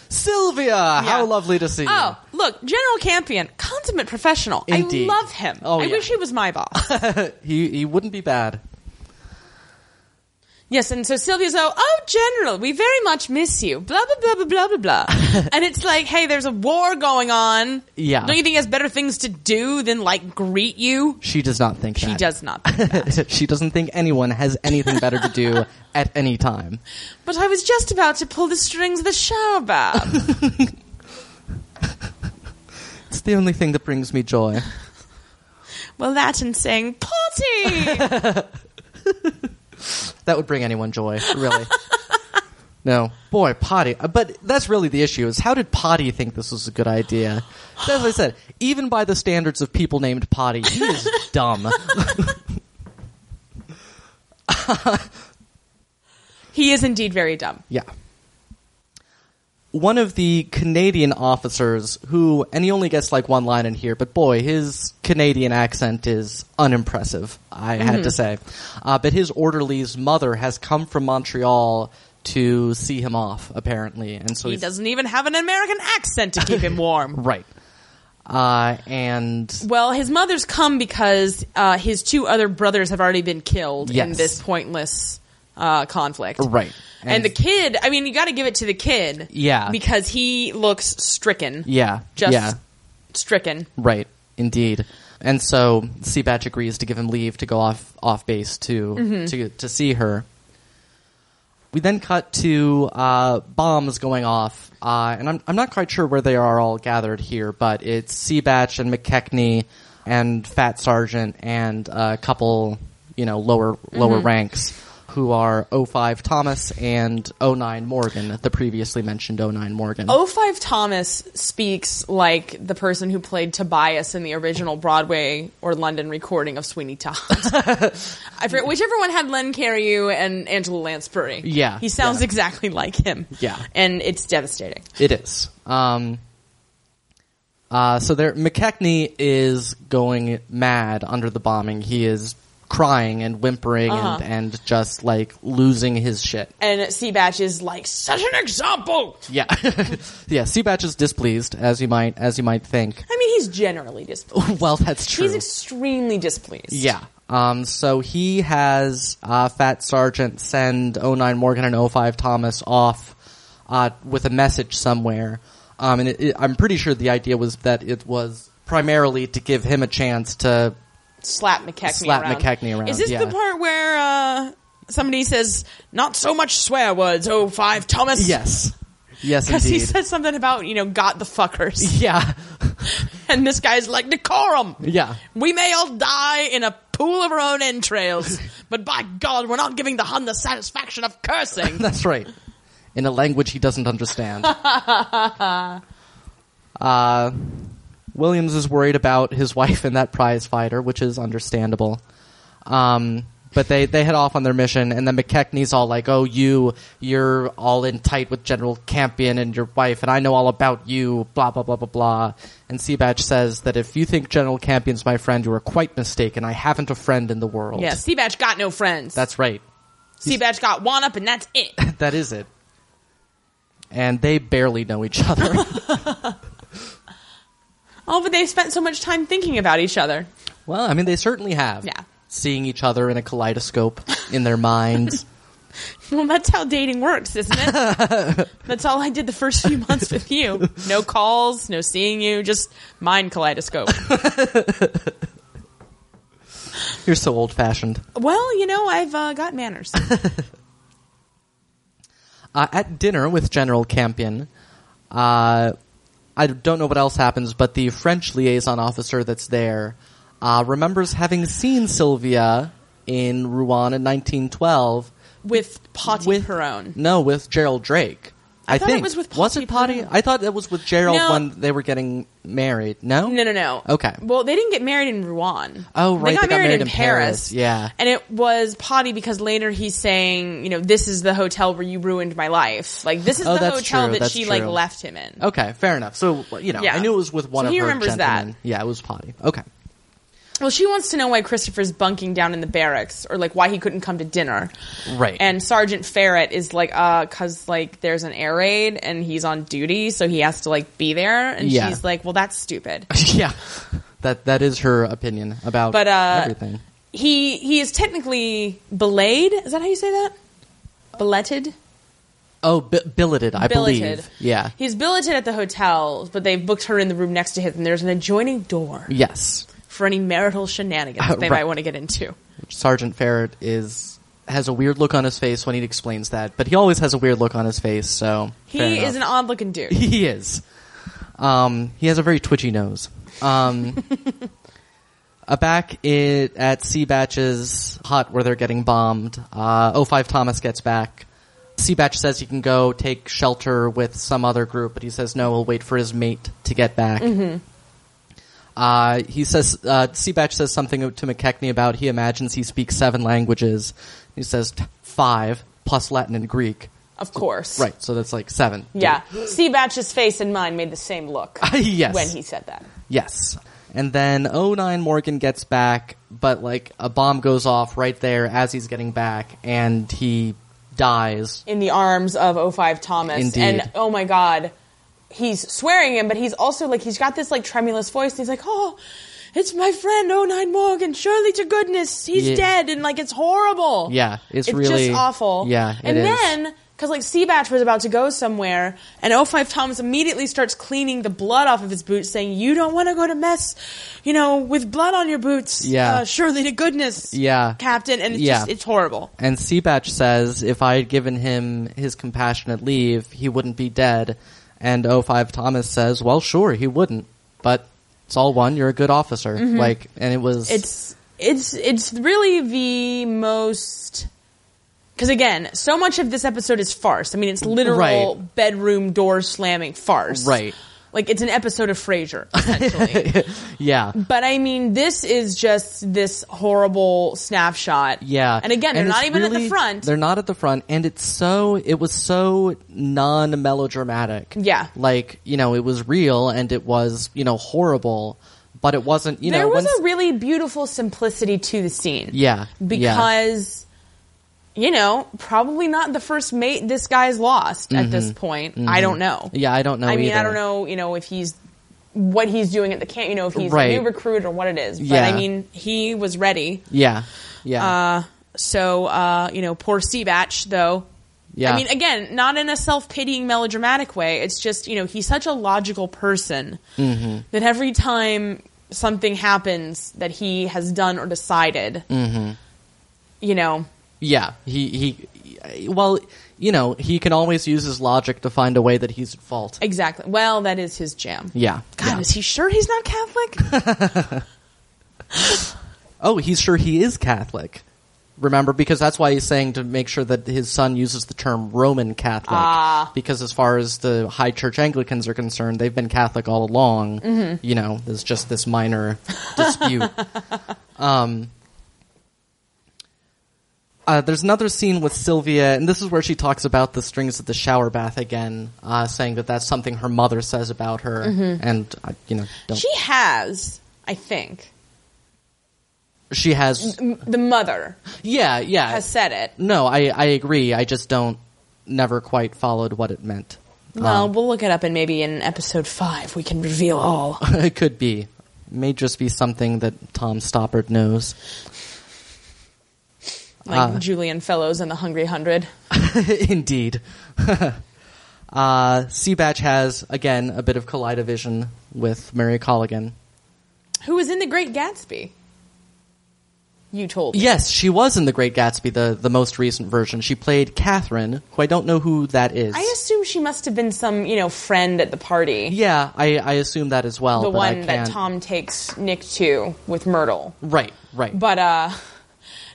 Speaker 1: Sylvia, how lovely to see
Speaker 2: Oh, look, General Campion, consummate professional.
Speaker 1: Indeed.
Speaker 2: I love him.
Speaker 1: Oh,
Speaker 2: I
Speaker 1: yeah.
Speaker 2: wish he was my boss.
Speaker 1: you. He he wouldn't be bad.
Speaker 2: Yes, and so Sylvia's oh, oh, General, we very much miss you. Blah blah blah blah blah blah blah. and it's like, hey, there's a war going on.
Speaker 1: Yeah.
Speaker 2: Don't you think he has better things to do than like greet you?
Speaker 1: She does not think
Speaker 2: She
Speaker 1: that.
Speaker 2: does not. think that.
Speaker 1: she doesn't think anyone has anything better to do at any time.
Speaker 2: but I was just about to pull the strings of the shower bath.
Speaker 1: It's the only thing that brings me joy.
Speaker 2: well, that and saying potty.
Speaker 1: That would bring anyone joy, really. no, boy, potty. Uh, But that's really the issue: is how did Potty think this was a good idea? As I said, even by the standards of people named Potty, he is dumb.
Speaker 2: he is indeed very dumb.
Speaker 1: yeah. One of the Canadian officers who, and he only gets like one line in here, but boy, his Canadian accent is unimpressive, I
Speaker 2: Mm-hmm.
Speaker 1: had to say. Uh, but his orderly's mother has come from Montreal to see him off, apparently. And so
Speaker 2: He
Speaker 1: he's-
Speaker 2: doesn't even have an American accent to keep him warm.
Speaker 1: Right. Uh, and
Speaker 2: Well, his mother's come because uh, his two other brothers have already been killed in
Speaker 1: Yes.
Speaker 2: this pointless uh, conflict.
Speaker 1: Right.
Speaker 2: And, the kid, I mean, you got to give it to the kid.
Speaker 1: Yeah.
Speaker 2: Because he looks stricken.
Speaker 1: yeah,
Speaker 2: Just
Speaker 1: yeah,
Speaker 2: stricken.
Speaker 1: right, indeed. And so Seabatch agrees to give him leave to go off off base to to to see her. We then cut to uh, bombs going off, uh, and I'm I'm not quite sure where they are all gathered here, but it's Seabatch and McKechnie and Fat Sergeant and a couple, you know, lower lower ranks who are 05 Thomas and 09 Morgan, the previously mentioned 09 Morgan.
Speaker 2: 05 Thomas speaks like the person who played Tobias in the original Broadway or London recording of Sweeney Todd. I forget, whichever one had Len Carew and Angela Lansbury.
Speaker 1: Yeah,
Speaker 2: He sounds
Speaker 1: yeah.
Speaker 2: exactly like him.
Speaker 1: Yeah.
Speaker 2: And it's devastating.
Speaker 1: It is. Um, uh, so there, McKechnie is going mad under the bombing. He is crying and whimpering and, and just like losing his shit.
Speaker 2: And Seabatch is like, such an example!
Speaker 1: Yeah, yeah. Seabatch is displeased, as you might as you might think.
Speaker 2: I mean, he's generally displeased.
Speaker 1: well, that's true.
Speaker 2: He's extremely displeased.
Speaker 1: yeah. Um, so he has uh, Fat Sergeant send 09 Morgan and 05 Thomas off uh, with a message somewhere. Um, and it, it, I'm pretty sure the idea was that it was primarily to give him a chance to
Speaker 2: Slap McKechnie
Speaker 1: Slap
Speaker 2: around.
Speaker 1: McKechnie around,
Speaker 2: Is this
Speaker 1: yeah.
Speaker 2: the part where uh, somebody says, not so much swear words, oh five Thomas?
Speaker 1: Yes. Yes,
Speaker 2: Because
Speaker 1: indeed.
Speaker 2: he said something about, you know, got the fuckers.
Speaker 1: yeah.
Speaker 2: and this guy's like, decorum.
Speaker 1: Yeah.
Speaker 2: We may all die in a pool of our own entrails, but by God, we're not giving the Hun the satisfaction of cursing.
Speaker 1: That's right. In a language he doesn't understand. uh, Williams is worried about his wife and that prize fighter, which is understandable. Um, but they, they head off on their mission, and then McKechnie's all like, "Oh, you, you're all in tight with General Campion and your wife, and I know all about you." Blah blah blah blah blah. And Seabatch says that if you think General Campion's my friend, you are quite mistaken. I haven't a friend in the world.
Speaker 2: yeah, Seabatch got no friends.
Speaker 1: that's right.
Speaker 2: Seabatch got one up, and that's it.
Speaker 1: That is it. And they barely know each other.
Speaker 2: Oh, but they spent so much time thinking about each other.
Speaker 1: well, I mean, they certainly have.
Speaker 2: Yeah.
Speaker 1: Seeing each other in a kaleidoscope in their minds.
Speaker 2: Well, that's how dating works, isn't it? that's all I did the first few months with you. No calls, no seeing you, just mind kaleidoscope.
Speaker 1: You're so old fashioned.
Speaker 2: well, you know, I've uh, got manners.
Speaker 1: Uh, at dinner with General Campion, uh, I don't know what else happens, but the French liaison officer that's there uh, remembers having seen Sylvia in Rouen in 1912
Speaker 2: With Potty
Speaker 1: with
Speaker 2: Perone.
Speaker 1: No, with Gerald Drake.
Speaker 2: I
Speaker 1: I,
Speaker 2: thought it
Speaker 1: think
Speaker 2: was with
Speaker 1: it
Speaker 2: Potty
Speaker 1: Potty? I thought it was with Gerald
Speaker 2: No.
Speaker 1: when they were getting married. No,
Speaker 2: No, no, no.
Speaker 1: Okay.
Speaker 2: Well, they didn't get married in Rouen.
Speaker 1: Oh, right,
Speaker 2: They got, married, in, Paris.
Speaker 1: Paris, yeah.
Speaker 2: And it was Potty because later he's saying, you know, this is the hotel where you ruined my life. Like, this is
Speaker 1: Oh,
Speaker 2: the
Speaker 1: that's
Speaker 2: hotel
Speaker 1: true,
Speaker 2: that
Speaker 1: that's
Speaker 2: she, like,
Speaker 1: true.
Speaker 2: left him in.
Speaker 1: Okay, fair enough. So you know,
Speaker 2: Yeah.
Speaker 1: I knew it was with one
Speaker 2: So
Speaker 1: of
Speaker 2: he
Speaker 1: her
Speaker 2: remembers that.
Speaker 1: gentlemen. Yeah, it was Potty. Okay.
Speaker 2: Well, she wants to know why Christopher's bunking down in the barracks, or like why he couldn't come to dinner.
Speaker 1: Right.
Speaker 2: And Sergeant Ferret is like, uh, cause like there's an air raid and he's on duty, so he has to like be there. And
Speaker 1: Yeah.
Speaker 2: she's like, well, that's stupid.
Speaker 1: yeah, that that is her opinion about
Speaker 2: But uh,
Speaker 1: everything.
Speaker 2: He he is technically belayed. Is that how you say that? Billeted.
Speaker 1: Oh, bi- billeted, I
Speaker 2: Billeted.
Speaker 1: believe. Yeah.
Speaker 2: He's billeted at the hotel, but they've booked her in the room next to him. And there's an adjoining door
Speaker 1: yes.
Speaker 2: for any marital shenanigans
Speaker 1: Uh,
Speaker 2: they
Speaker 1: right.
Speaker 2: might want to get into.
Speaker 1: Sergeant Ferret is has a weird look on his face when he explains that, but he always has a weird look on his face. So
Speaker 2: He
Speaker 1: fair enough.
Speaker 2: is an odd looking dude.
Speaker 1: He is. Um, he has a very twitchy nose. Um, uh, back i at Seabatch's hut where they're getting bombed, uh, 05 Thomas gets back. Seabatch says he can go take shelter with some other group, but he says no, he'll wait for his mate to get back.
Speaker 2: Mm-hmm.
Speaker 1: Uh, he says, uh, Seabatch says something to McKechnie about he imagines he speaks seven languages. He says "T- five, plus Latin and Greek.
Speaker 2: Of course.
Speaker 1: Right, so that's like seven.
Speaker 2: Yeah. Seabatch's face and mine made the same look
Speaker 1: Ah, yes.
Speaker 2: when he said that.
Speaker 1: Yes. And then 09 Morgan gets back, but like a bomb goes off right there as he's getting back and he dies.
Speaker 2: In the arms of 05 Thomas.
Speaker 1: Indeed.
Speaker 2: And oh my God, he's swearing him, but he's also like, he's got this like tremulous voice. And he's like, oh, it's my friend 09 Morgan. Surely to goodness, he's
Speaker 1: Yeah.
Speaker 2: dead. And like, it's horrible.
Speaker 1: Yeah, it's really-
Speaker 2: just awful.
Speaker 1: yeah, it
Speaker 2: And
Speaker 1: is.
Speaker 2: then. Because like Seabatch was about to go somewhere, and 05 Thomas immediately starts cleaning the blood off of his boots, saying, "You don't want to go to mess, you know, with blood on your boots.
Speaker 1: Yeah.
Speaker 2: uh, surely to goodness,
Speaker 1: Yeah.
Speaker 2: Captain." And it's
Speaker 1: Yeah.
Speaker 2: just it's horrible.
Speaker 1: And Seabatch says if I had given him his compassionate leave, he wouldn't be dead. And 05 Thomas says, well, sure, he wouldn't, but it's all one. You're a good officer. Like, and it was,
Speaker 2: Mm-hmm. it's it's it's really the most because again so much of this episode is farce i mean it's literal
Speaker 1: Right.
Speaker 2: bedroom door slamming farce
Speaker 1: Right.
Speaker 2: like it's an episode of frasier essentially
Speaker 1: yeah.
Speaker 2: but i mean this is just this horrible snapshot
Speaker 1: Yeah.
Speaker 2: and again they're
Speaker 1: it's
Speaker 2: not even at the
Speaker 1: really-
Speaker 2: front
Speaker 1: They're not at the front. And it's so, it was so non melodramatic.
Speaker 2: Yeah.
Speaker 1: Like, you know, it was real and it was, you know, horrible, but it wasn't, you
Speaker 2: there
Speaker 1: know,
Speaker 2: was
Speaker 1: once-
Speaker 2: a really beautiful simplicity to the scene
Speaker 1: yeah. yeah.
Speaker 2: because you know probably not the first mate this guy's lost at this point i don't know
Speaker 1: Yeah, I Mm-hmm. don't know
Speaker 2: I mean, I
Speaker 1: either.
Speaker 2: don't know, you know, if he's what he's doing at the camp, you know, if he's a
Speaker 1: Right.
Speaker 2: new recruit or what it is. But
Speaker 1: Yeah.
Speaker 2: I mean, he was ready.
Speaker 1: Yeah. Yeah.
Speaker 2: Uh, so, uh, you know, poor Seabatch, though.
Speaker 1: Yeah.
Speaker 2: I mean, again, not in a self pitying melodramatic way. It's just, you know, he's such a logical person
Speaker 1: Mm-hmm.
Speaker 2: that every time something happens that
Speaker 1: Mm-hmm.
Speaker 2: he has done or decided, you know,
Speaker 1: yeah. He, he, well, you know, he can always use his logic to find a way that he's at fault.
Speaker 2: Exactly. Well, that is his jam.
Speaker 1: Yeah.
Speaker 2: God,
Speaker 1: yeah.
Speaker 2: is he sure he's not Catholic?
Speaker 1: Oh, he's sure he is Catholic. Remember, because that's why he's saying to make sure that his son uses the term Roman Catholic.
Speaker 2: Ah.
Speaker 1: Because as far as the High Church Anglicans are concerned, they've been Catholic all along.
Speaker 2: Mm-hmm.
Speaker 1: You know, there's just this minor dispute. Um, uh, there's another scene with Sylvia, and this is where she talks about the strings of the shower bath again, uh, saying that that's something her mother says about her, and uh, you know, don't, she,
Speaker 2: Mm-hmm. she has, I think.
Speaker 1: has,
Speaker 2: M- The mother
Speaker 1: yeah, yeah,
Speaker 2: has said it.
Speaker 1: No, I, I agree. I just don't never quite followed what it meant. Um.
Speaker 2: Well, we'll look it up and maybe in episode five we can reveal all.
Speaker 1: it could be. May just be something that Tom Stoppard knows. Uh.
Speaker 2: Like Julian Fellows and the Hungry Hundred.
Speaker 1: Indeed. uh, Seabatch has, again, a bit of collidovision with Mary Colligan.
Speaker 2: Who was in The Great Gatsby? You told me.
Speaker 1: Yes, she was in The Great Gatsby, the, the most recent version. She played Catherine, who I don't know who that is.
Speaker 2: I assume she must have been some, you know, friend at the party.
Speaker 1: yeah, I, I assume that as well.
Speaker 2: the
Speaker 1: but I
Speaker 2: one that
Speaker 1: can't-
Speaker 2: Tom takes Nick to with Myrtle.
Speaker 1: Right, right.
Speaker 2: But uh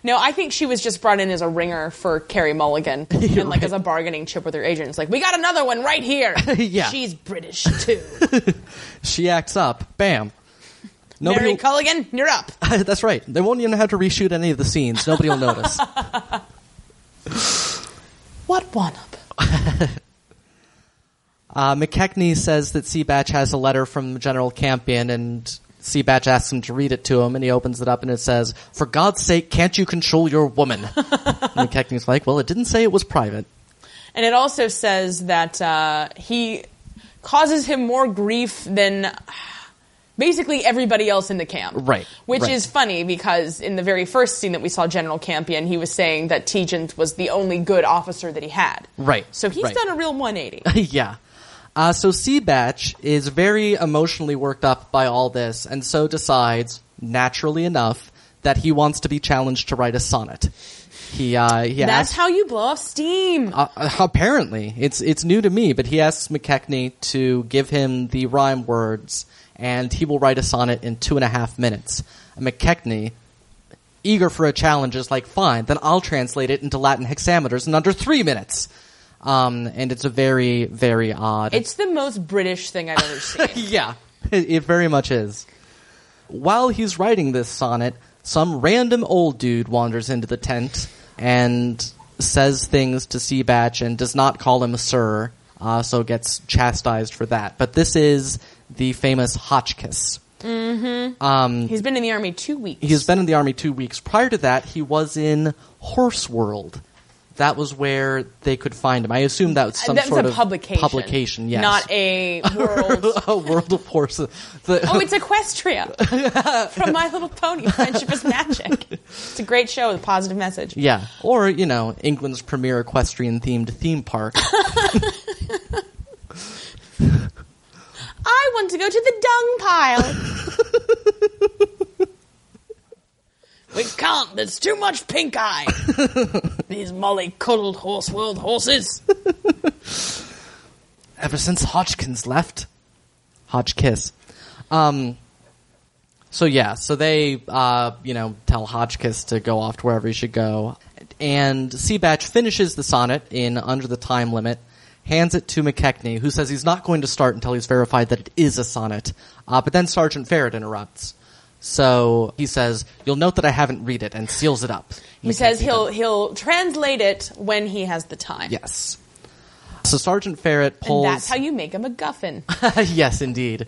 Speaker 2: no, I think she was just brought in as a ringer for Carrie Mulligan and like as a bargaining chip with her agents. Like, we got another one right here.
Speaker 1: Yeah.
Speaker 2: She's British too.
Speaker 1: she acts up. Bam.
Speaker 2: Mary Culligan, you're up.
Speaker 1: That's right. They won't even have to reshoot any of the scenes. Nobody will notice.
Speaker 2: What one up?
Speaker 1: Uh, McKechnie says that Seabatch has a letter from General Campion, and Seabatch asks him to read it to him, and he opens it up and it says, For God's sake, can't you control your woman? and McKechnie's like, Well, it didn't say it was private.
Speaker 2: And it also says that uh, he causes him more grief than uh, basically everybody else in the camp.
Speaker 1: Right,
Speaker 2: Which
Speaker 1: right.
Speaker 2: is funny because in the very first scene that we saw General Campion, he was saying that Tegent was the only good officer that he had.
Speaker 1: Right,
Speaker 2: So he's
Speaker 1: right.
Speaker 2: done a real 180.
Speaker 1: yeah. Uh, so Seabatch is very emotionally worked up by all this, and so decides, naturally enough, that he wants to be challenged to write a sonnet. He, uh, he
Speaker 2: That's
Speaker 1: asks-
Speaker 2: how you blow off steam.
Speaker 1: Uh, apparently, it's it's new to me, but he asks McKechnie to give him the rhyme words, and he will write a sonnet in two and a half minutes. And McKechnie, eager for a challenge, is like, "Fine, then I'll translate it into Latin hexameters in under three minutes." Um, and it's a very very odd.
Speaker 2: it's the most British thing I've ever seen.
Speaker 1: yeah, it, it very much is. While he's writing this sonnet, some random old dude wanders into the tent and says things to Seabatch and does not call him sir, uh, so gets chastised for that. But this is the famous Hotchkiss.
Speaker 2: He's been in the army two weeks. Uh,
Speaker 1: He has been in the army two weeks. Prior to that, he was in Horse World. That was where they could find him. I assume Uh, that was some
Speaker 2: That's
Speaker 1: sort
Speaker 2: a
Speaker 1: of
Speaker 2: publication.
Speaker 1: Publication, yes.
Speaker 2: Not a world.
Speaker 1: a world of horses. The-
Speaker 2: Oh, it's Equestria from My Little Pony. Friendship is magic. It's a great show with a positive message.
Speaker 1: Yeah, or you know, England's premier equestrian-themed theme park.
Speaker 2: I want to go to the dung pile. we can't. There's too much pink eye. These mollycoddled horse world horses.
Speaker 1: Ever since Hodgkins left, Hodgkiss. Um, so yeah, so they uh, you know tell Hodgkiss to go off to wherever he should go, and Seabatch finishes the sonnet in under the time limit. Hands it to McKechnie, who says he's not going to start until he's verified that it is a sonnet. Uh, but then Sergeant Ferret interrupts. So he says, "You'll note that I haven't read it," and seals it up.
Speaker 2: He says he'll he'll translate it when he has the time.
Speaker 1: Yes. So Sergeant Ferret
Speaker 2: And
Speaker 1: pulls.
Speaker 2: that's how you make a MacGuffin.
Speaker 1: yes, indeed.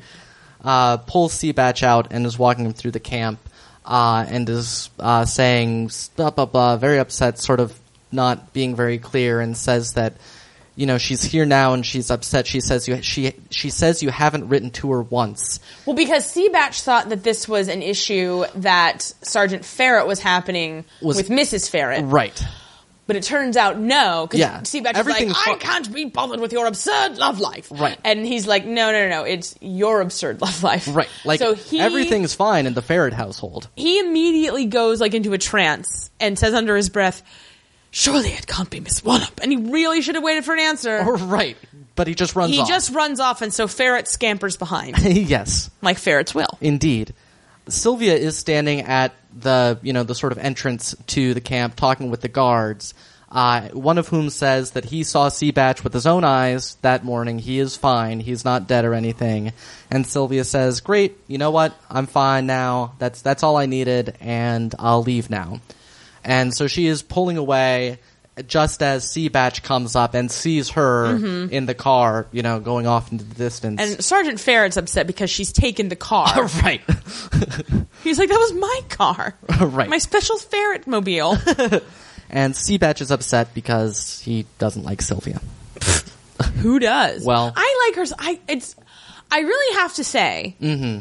Speaker 1: Uh, pulls Seabatch out and is walking him through the camp, uh, and is uh, saying blah blah blah, very upset, sort of not being very clear, and says that you know she's here now and she's upset. She says you she she says you haven't written to her once.
Speaker 2: Well, because Seabatch thought that this was an issue that Sergeant Ferret was happening
Speaker 1: Was-
Speaker 2: with Mrs. Ferret.
Speaker 1: Right.
Speaker 2: But it turns out no, because
Speaker 1: Yeah.
Speaker 2: Seabatch is like,
Speaker 1: Everything's
Speaker 2: I
Speaker 1: fine."
Speaker 2: can't be bothered with your absurd love life.
Speaker 1: Right.
Speaker 2: And he's like, no, no, no, no, it's your absurd love life.
Speaker 1: Right. Like
Speaker 2: so he,
Speaker 1: everything is fine in the Ferret household.
Speaker 2: He immediately goes like into a trance and says under his breath, surely it can't be Miss Wallop. And he really should have waited for an answer.
Speaker 1: All right, but he just runs
Speaker 2: he
Speaker 1: off.
Speaker 2: just runs off, and so Ferret scampers behind,
Speaker 1: yes,
Speaker 2: like ferrets will.
Speaker 1: indeed. Sylvia is standing at the you know the sort of entrance to the camp, talking with the guards. Uh, one of whom says that he saw Seabatch with his own eyes that morning. He is fine. He's not dead or anything. And Sylvia says, "Great. You know what? I'm fine now. That's that's all I needed, and I'll leave now." And so she is pulling away just as Seabatch comes up and sees her in the car, you know, going off into the distance.
Speaker 2: And Sergeant Ferret's upset because she's taken the car.
Speaker 1: right.
Speaker 2: He's like, that was my car.
Speaker 1: Right.
Speaker 2: My special ferret mobile.
Speaker 1: And Seabatch is upset because he doesn't like Sylvia.
Speaker 2: Who does?
Speaker 1: Well-
Speaker 2: I like her. s- I it's. I really have to say,
Speaker 1: Mm-hmm.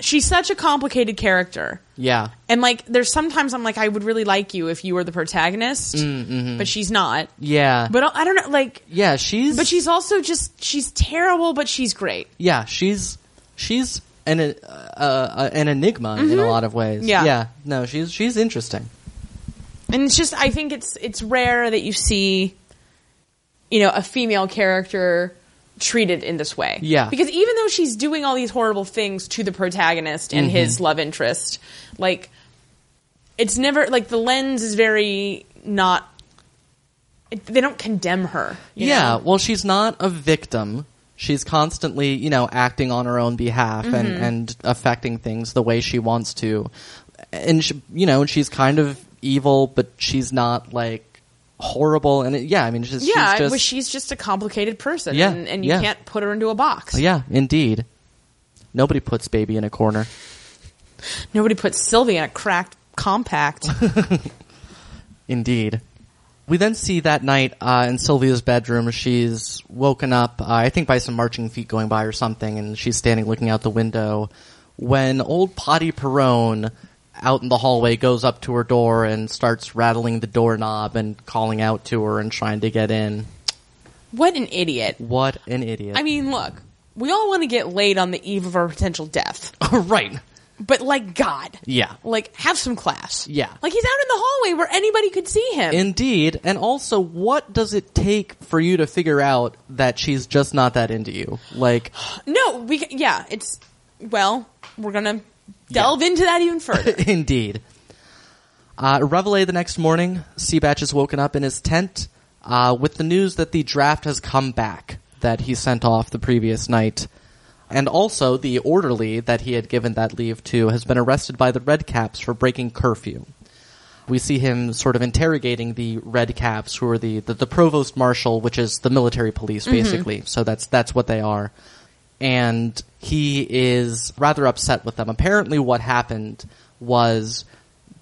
Speaker 2: she's such a complicated character,
Speaker 1: Yeah.
Speaker 2: and like, there's sometimes I'm like, I would really like you if you were the protagonist,
Speaker 1: Mm, mm-hmm.
Speaker 2: but she's not.
Speaker 1: Yeah.
Speaker 2: But I don't know, like,
Speaker 1: yeah, she's
Speaker 2: but she's also just she's terrible, but she's great.
Speaker 1: yeah, she's she's an uh, uh, an enigma in a lot of ways.
Speaker 2: Mm-hmm. Yeah.
Speaker 1: Yeah. No, she's she's interesting.
Speaker 2: and it's just I think it's it's rare that you see, you know, a female character treated in this way.
Speaker 1: Yeah.
Speaker 2: because even though she's doing all these horrible things to the protagonist and
Speaker 1: Mm-hmm.
Speaker 2: his love interest, like it's never like the lens is very not. It, they don't condemn her. you
Speaker 1: yeah,
Speaker 2: know?
Speaker 1: well, she's not a victim. She's constantly, you know, acting on her own behalf and,
Speaker 2: Mm-hmm.
Speaker 1: and affecting things the way she wants to. And, she, you know, she's kind of evil, but she's not, like, horrible. And, it, yeah, I mean, she's,
Speaker 2: yeah.
Speaker 1: she's just.
Speaker 2: well, she's just a complicated person.
Speaker 1: Yeah,
Speaker 2: and, and you
Speaker 1: yeah. Oh,
Speaker 2: can't put her into a box.
Speaker 1: yeah, indeed. Nobody puts baby in a corner.
Speaker 2: Nobody puts Sylvie in a cracked compact.
Speaker 1: Indeed. We then see that night uh, in Sylvia's bedroom, she's woken up, uh, I think, by some marching feet going by or something, and she's standing looking out the window when old Potty Perone out in the hallway goes up to her door and starts rattling the doorknob and calling out to her and trying to get in.
Speaker 2: what an idiot!
Speaker 1: What an idiot.
Speaker 2: I mean, look, we all want to get laid on the eve of our potential death,
Speaker 1: right.
Speaker 2: but like God,
Speaker 1: Yeah.
Speaker 2: like have some class,
Speaker 1: Yeah.
Speaker 2: Like he's out in the hallway where anybody could see him.
Speaker 1: Indeed. And also, what does it take for you to figure out that she's just not that into you? Like,
Speaker 2: no, we yeah, it's well, we're gonna delve into that even further.
Speaker 1: Indeed. Uh, Reveille the next morning, Seabatch is woken up in his tent uh, with the news that the draft has come back that he sent off the previous night. And also, the orderly that he had given that leave to has been arrested by the Redcaps for breaking curfew. We see him sort of interrogating the Redcaps, who are the, the, the provost marshal, which is the military police, basically. So that's that's what they are and he is rather upset with them. Apparently, what happened was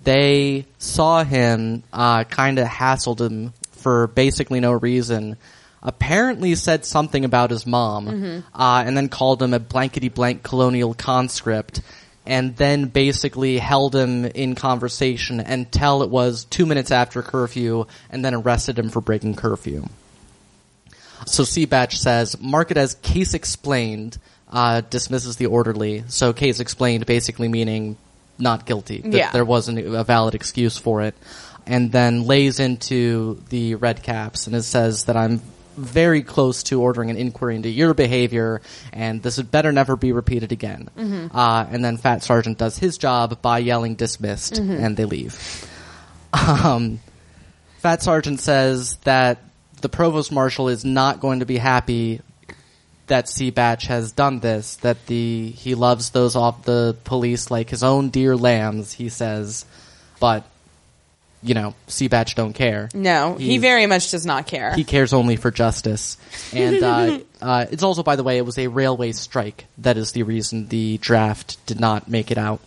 Speaker 1: they saw him, uh, kind of hassled him for basically no reason. Apparently, said something about his mom, uh, and then called him a blankety blank colonial conscript. And then basically held him in conversation until it was two minutes after curfew, and then arrested him for breaking curfew. So Seabatch says, mark it as case explained, uh, dismisses the orderly. So case explained basically meaning not guilty. That
Speaker 2: Yeah.
Speaker 1: There wasn't a valid excuse for it. And then lays into the red caps and it says that I'm very close to ordering an inquiry into your behavior and this had better never be repeated again. Uh, and then Fat Sergeant does his job by yelling dismissed and they leave. Fat Sergeant says that the provost marshal is not going to be happy that Seabatch has done this. That the he loves those off the police like his own dear lambs. He says, but you know Seabatch don't care.
Speaker 2: no, he
Speaker 1: He's-
Speaker 2: very much does not care.
Speaker 1: He cares only for justice. And uh, uh, it's also, by the way, it was a railway strike that is the reason the draft did not make it out.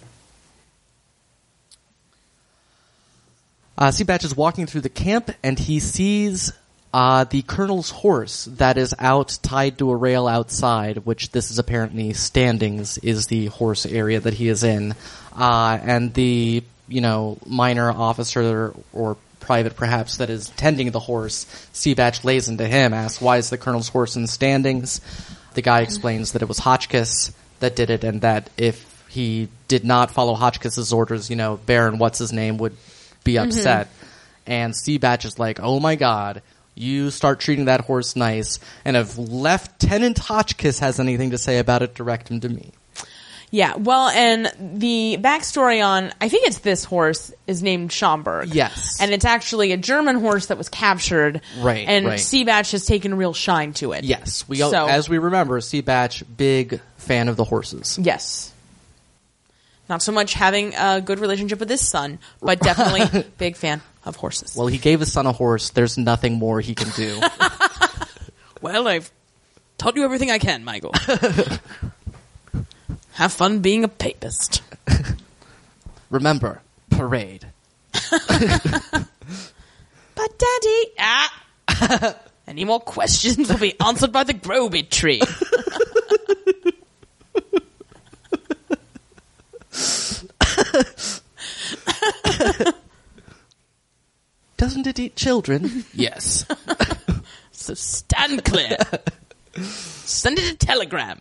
Speaker 1: Uh, Seabatch is walking through the camp and he sees uh, the colonel's horse that is out tied to a rail outside, which this is apparently standings is the horse area that he is in. Uh, and the, you know, minor officer or private perhaps that is tending the horse, Seabatch lays into him, asks, why is the colonel's horse in standings? The guy explains that it was Hotchkiss that did it and that if he did not follow Hotchkiss's orders, you know, Baron, what's his name, would be upset. and Seabatch is like, oh my god, you start treating that horse nice, and if Lieutenant Hotchkiss has anything to say about it, direct him to me.
Speaker 2: Yeah, well, and the backstory on I think it's this horse is named Schomburg.
Speaker 1: Yes.
Speaker 2: and it's actually a German horse that was captured.
Speaker 1: Right,
Speaker 2: and
Speaker 1: right.
Speaker 2: Seabatch has taken real shine to it.
Speaker 1: Yes, we
Speaker 2: So-
Speaker 1: as we remember, Seabatch, big fan of the horses.
Speaker 2: Yes, not so much having a good relationship with his son, but definitely big fan of horses.
Speaker 1: Well, he gave his son a horse. There's nothing more he can do.
Speaker 2: Well, I've taught you everything I can, Michael. Have fun being a papist.
Speaker 1: Remember, parade.
Speaker 2: But Daddy, ah, any more questions will be answered by the Groby tree.
Speaker 1: Doesn't it eat children? yes.
Speaker 2: So stand clear. Send it a telegram.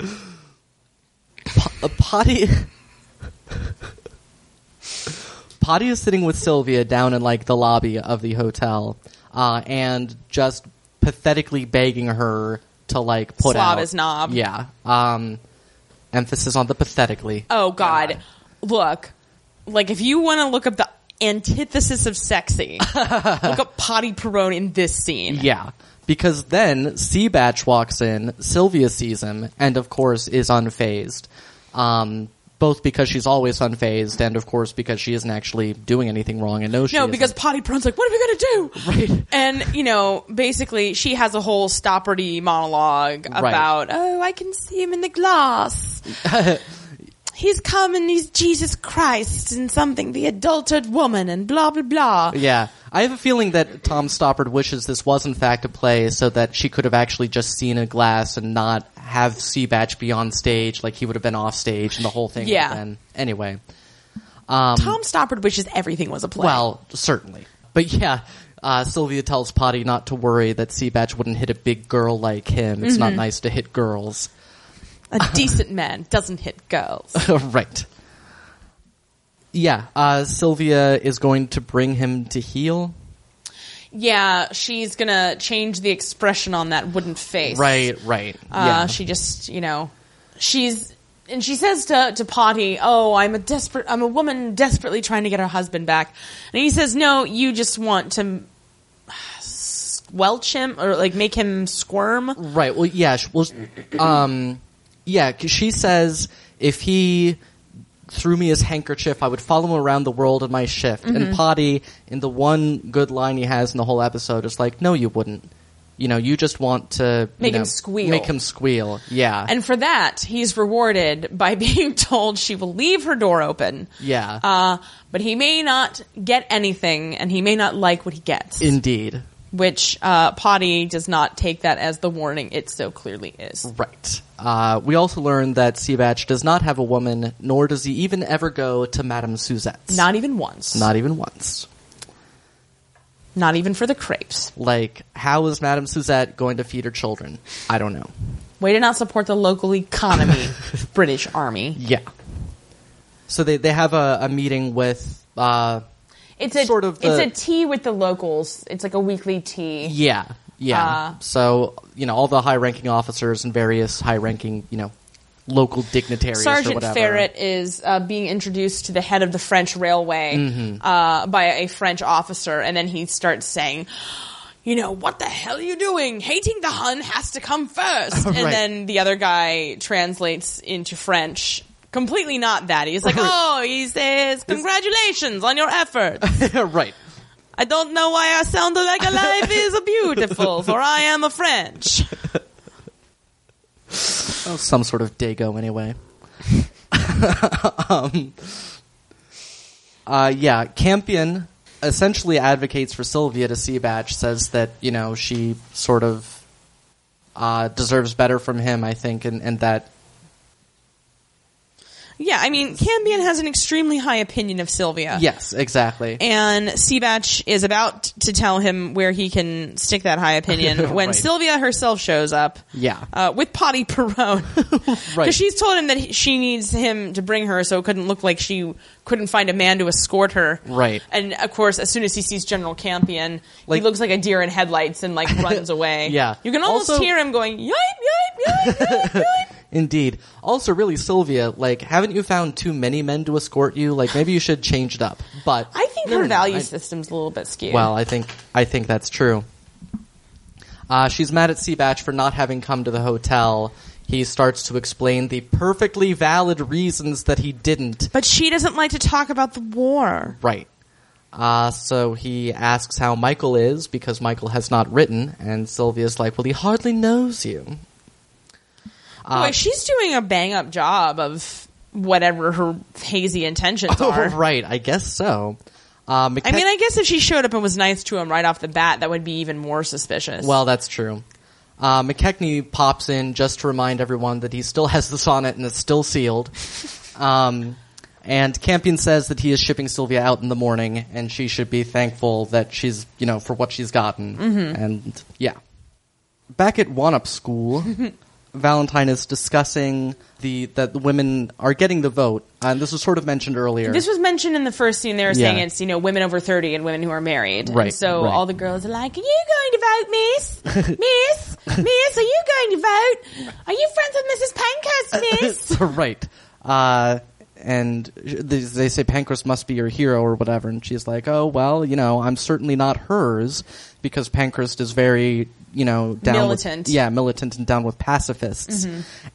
Speaker 1: a potty potty is sitting with sylvia down in like the lobby of the hotel uh, and just pathetically begging her to like put
Speaker 2: Slob
Speaker 1: out
Speaker 2: his knob.
Speaker 1: yeah um emphasis on the pathetically
Speaker 2: Oh God.
Speaker 1: God.
Speaker 2: Look, like if you want to look up the antithesis of sexy, look up potty perone in this scene.
Speaker 1: yeah because then seabatch walks in sylvia sees him and of course is unfazed um both because she's always unfazed and of course because she isn't actually doing anything wrong and knows she
Speaker 2: No,
Speaker 1: isn't.
Speaker 2: because potty perone's like, what are we gonna do?
Speaker 1: Right.
Speaker 2: And you know, basically, she has a whole stopperty monologue about, oh, I can see him in the glass. he's come and he's Jesus Christ and something, the adultered woman, and blah blah blah.
Speaker 1: Yeah. I have a feeling that Tom Stoppard wishes this was in fact a play so that she could have actually just seen a glass and not have Seabatch be on stage, like he would have been off stage and the whole thing would
Speaker 2: Yeah.
Speaker 1: have been. Anyway.
Speaker 2: Tom Stoppard wishes everything was a play.
Speaker 1: Um, Well, certainly. But yeah, uh, Sylvia tells Potty not to worry that Seabatch wouldn't hit a big girl like him. It's
Speaker 2: Mm-hmm.
Speaker 1: not nice to hit girls.
Speaker 2: a decent man doesn't hit girls.
Speaker 1: right. Yeah, uh, Sylvia is going to bring him to heel.
Speaker 2: Yeah, she's gonna change the expression on that wooden face.
Speaker 1: Right, right.
Speaker 2: Uh,
Speaker 1: yeah.
Speaker 2: She just, you know, she's and she says to to Potty, "Oh, I'm a desperate, I'm a woman desperately trying to get her husband back," and he says, "No, you just want to mm, squelch him or like make him squirm."
Speaker 1: Right. Well, yeah. sh- Well, sh- um, yeah. 'cause She says if he threw me his handkerchief, I would follow him around the world in my shift.
Speaker 2: Mm-hmm.
Speaker 1: And Potty, in the one good line he has in the whole episode, is like, "No, you wouldn't. You know, you just want to you
Speaker 2: Make him
Speaker 1: know,
Speaker 2: squeal.
Speaker 1: Make him squeal. Yeah.
Speaker 2: And for that, he's rewarded by being told she will leave her door open.
Speaker 1: yeah.
Speaker 2: Uh, but he may not get anything, and he may not like what he gets.
Speaker 1: Indeed.
Speaker 2: which uh, Potty does not take that as the warning it so clearly is.
Speaker 1: Right. Uh, we also learned that Seabatch does not have a woman, nor does he even ever go to Madame Suzette's.
Speaker 2: Not even once.
Speaker 1: not even once.
Speaker 2: Not even for the crepes.
Speaker 1: Like, how is Madame Suzette going to feed her children? I don't know.
Speaker 2: Way to not support the local economy, British Army.
Speaker 1: Yeah. So they, they have a, a meeting with uh
Speaker 2: It's a
Speaker 1: Sort of the-
Speaker 2: it's a tea with the locals. It's like a weekly tea.
Speaker 1: yeah yeah.
Speaker 2: Uh.
Speaker 1: so you know all the high ranking officers and various high ranking you know local dignitaries or
Speaker 2: Sergeant
Speaker 1: whatever.
Speaker 2: Ferret is uh, being introduced to the head of the French railway
Speaker 1: Mm-hmm.
Speaker 2: uh, by a French officer, and then he starts saying, "You know what the hell are you doing? Hating the Hun has to come first. And
Speaker 1: Right.
Speaker 2: then the other guy translates into French. Completely not that. He's like,
Speaker 1: Right.
Speaker 2: "Oh, he says, congratulations on your efforts."
Speaker 1: right.
Speaker 2: I don't know why I sounded like a life is beautiful, for I am a French.
Speaker 1: Oh, some sort of dago anyway. um, uh, yeah, Campion essentially advocates for Sylvia to Seabatch, says that, you know, she sort of uh, deserves better from him, I think, and, and that
Speaker 2: Yeah, I mean, Cambion has an extremely high opinion of Sylvia.
Speaker 1: Yes, exactly.
Speaker 2: And Seabatch is about to tell him where he can stick that high opinion when
Speaker 1: Right.
Speaker 2: Sylvia herself shows up.
Speaker 1: Yeah.
Speaker 2: Uh, with Potty Perone. Because
Speaker 1: Right.
Speaker 2: she's told him that he- she needs him to bring her so it couldn't look like she couldn't find a man to escort her.
Speaker 1: Right.
Speaker 2: And of course, as soon as he sees General Campion,
Speaker 1: Like-
Speaker 2: he looks like a deer in headlights and like runs away.
Speaker 1: Yeah.
Speaker 2: You can almost
Speaker 1: Also-
Speaker 2: hear him going, yipe, yipe, yipe, yipe.
Speaker 1: Indeed. Also, really, Sylvia, like, haven't you found too many men to escort you? Like, maybe you should change it up. But
Speaker 2: I think
Speaker 1: No, no,
Speaker 2: her
Speaker 1: no,
Speaker 2: value
Speaker 1: I-
Speaker 2: system's a little bit skewed.
Speaker 1: Well, I think I think that's true. Uh, she's mad at Seabatch for not having come to the hotel. He starts to explain the perfectly valid reasons that he didn't.
Speaker 2: But she doesn't like to talk about the war.
Speaker 1: Right. Uh, so he asks how Michael is because Michael has not written, and Sylvia's like, "Well, he hardly knows you." Uh,
Speaker 2: Boy, she's doing a bang up job of whatever her hazy intentions
Speaker 1: Oh,
Speaker 2: are.
Speaker 1: right. I guess so. Uh,
Speaker 2: I
Speaker 1: McKe-
Speaker 2: mean, I guess if she showed up and was nice to him right off the bat, that would be even more suspicious.
Speaker 1: Well, that's true. Uh, McKechnie pops in just to remind everyone that he still has the sonnet and it's still sealed. Um, and Campion says that he is shipping Sylvia out in the morning, and she should be thankful that she's, you know, for what she's gotten. And yeah. Back at One-Up School, Valentine is discussing the that the women are getting the vote, and this was sort of mentioned earlier.
Speaker 2: this was mentioned in the first scene. They were saying
Speaker 1: Yeah.
Speaker 2: it's you know women over thirty and women who are married. And
Speaker 1: Right,
Speaker 2: so
Speaker 1: right.
Speaker 2: all the girls are like, "Are you going to vote, Miss? miss, Miss? Are you going to vote? Are you friends with Mrs. Pankhurst, Miss?"
Speaker 1: right. Uh, and sh- they they say Pancras must be your hero or whatever, and she's like, "Oh well, you know, I'm certainly not hers because Pancras is very, you know, down
Speaker 2: Militant.
Speaker 1: With, yeah, militant and down with pacifists."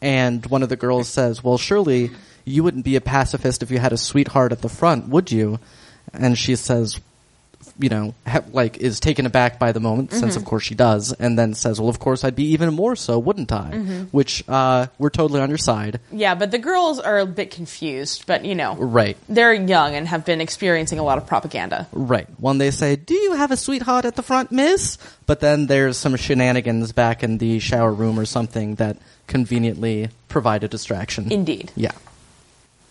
Speaker 1: And one of the girls says, "Well, surely you wouldn't be a pacifist if you had a sweetheart at the front, would you?" And she says, you know, ha- like is taken aback by the moment, since of course she does, and then says, "Well, of course I'd be even more so, wouldn't I?" Which uh, we're totally on your side,
Speaker 2: yeah, but the girls are a bit confused. But you know,
Speaker 1: right?
Speaker 2: they're young and have been experiencing a lot of propaganda.
Speaker 1: Right. When they say, "Do you have a sweetheart at the front, Miss?" but then there's some shenanigans back in the shower room or something that conveniently provide a distraction.
Speaker 2: Indeed.
Speaker 1: Yeah.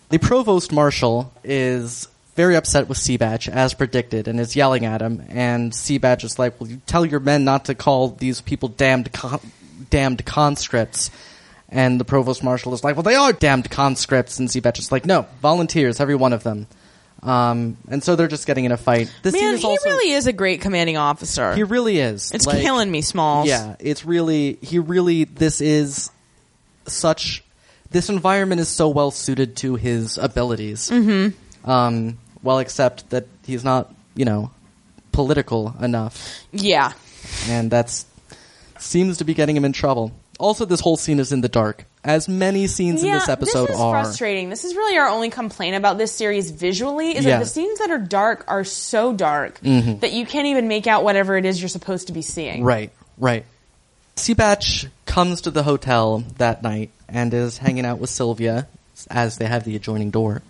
Speaker 1: The provost marshal is very upset with Seabatch, as predicted, and is yelling at him. And Seabatch is like, "Well, you tell your men not to call these people damned, con- damned conscripts." And the provost marshal is like, "Well, they are damned conscripts." And Seabatch is like, "No, volunteers, every one of them." Um, and so they're just getting in a fight. This scene
Speaker 2: Man,
Speaker 1: is
Speaker 2: he
Speaker 1: also-
Speaker 2: really is a great commanding officer.
Speaker 1: he really is.
Speaker 2: it's
Speaker 1: Like,
Speaker 2: killing me, Smalls.
Speaker 1: yeah, it's really he really this is such this environment is so well suited to his abilities. Mm-hmm. Um, well, except that he's not you know political enough,
Speaker 2: Yeah.
Speaker 1: and that's seems to be getting him in trouble. Also, this whole scene is in the dark, as many scenes in this episode
Speaker 2: is
Speaker 1: are.
Speaker 2: frustrating. This is really our only complaint about this series visually is
Speaker 1: Yeah. Mm-hmm.
Speaker 2: that the scenes that are dark are so dark that you can't even make out whatever it is you're supposed to be seeing.
Speaker 1: Right, right. Seabatch comes to the hotel that night and is hanging out with Sylvia as they have the adjoining door.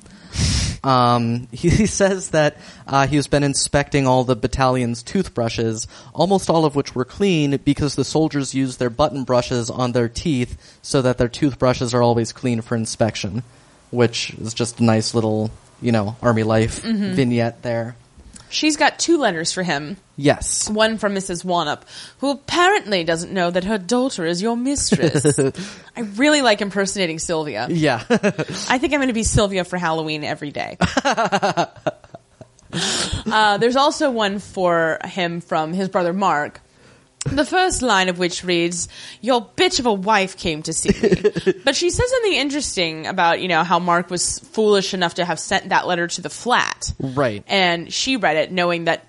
Speaker 1: Um, he, he says that uh, he's been inspecting all the battalion's toothbrushes, almost all of which were clean because the soldiers use their button brushes on their teeth so that their toothbrushes are always clean for inspection, which is just a nice little, you know, army life vignette there.
Speaker 2: She's got two letters for him.
Speaker 1: Yes.
Speaker 2: One from Mrs. Wanup, who apparently doesn't know that her daughter is your mistress. I really like impersonating Sylvia.
Speaker 1: Yeah.
Speaker 2: I think I'm going to be Sylvia for Halloween every day. uh, there's also one for him from his brother Mark. The first line of which reads, "Your bitch of a wife came to see me," but she says something interesting about you know how Mark was foolish enough to have sent that letter to the flat,
Speaker 1: Right.
Speaker 2: And she read it knowing that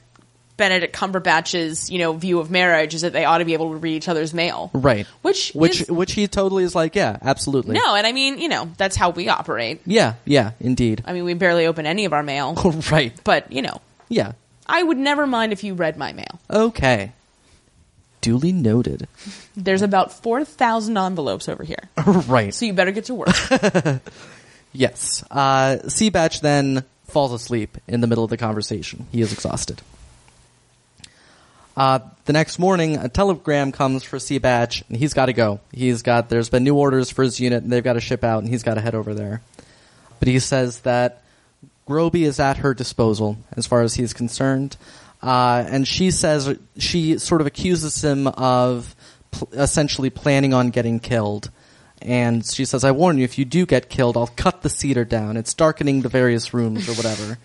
Speaker 2: Benedict Cumberbatch's you know view of marriage is that they ought to be able to read each other's mail,
Speaker 1: Right.
Speaker 2: Which
Speaker 1: which
Speaker 2: is-
Speaker 1: which he totally is like, yeah, absolutely.
Speaker 2: No, and I mean you know that's how we operate.
Speaker 1: Yeah, yeah, indeed.
Speaker 2: I mean, we barely open any of our mail,
Speaker 1: right.
Speaker 2: but you know,
Speaker 1: Yeah.
Speaker 2: I would never mind if you read my mail.
Speaker 1: Okay. Duly noted.
Speaker 2: There's about 4,000 envelopes over here,
Speaker 1: right.
Speaker 2: so you better get to work.
Speaker 1: Yes. Uh, Seabatch then falls asleep in the middle of the conversation. He is exhausted. Uh, the next morning, a telegram comes for Seabatch, and he's got to go. He's got there's been new orders for his unit, and they've got to ship out, and he's got to head over there. but he says that Groby is at her disposal as far as he's concerned. Uh, and she says she sort of accuses him of pl- essentially planning on getting killed. And she says, "I warn you, if you do get killed, I'll cut the cedar down. It's darkening the various rooms or whatever."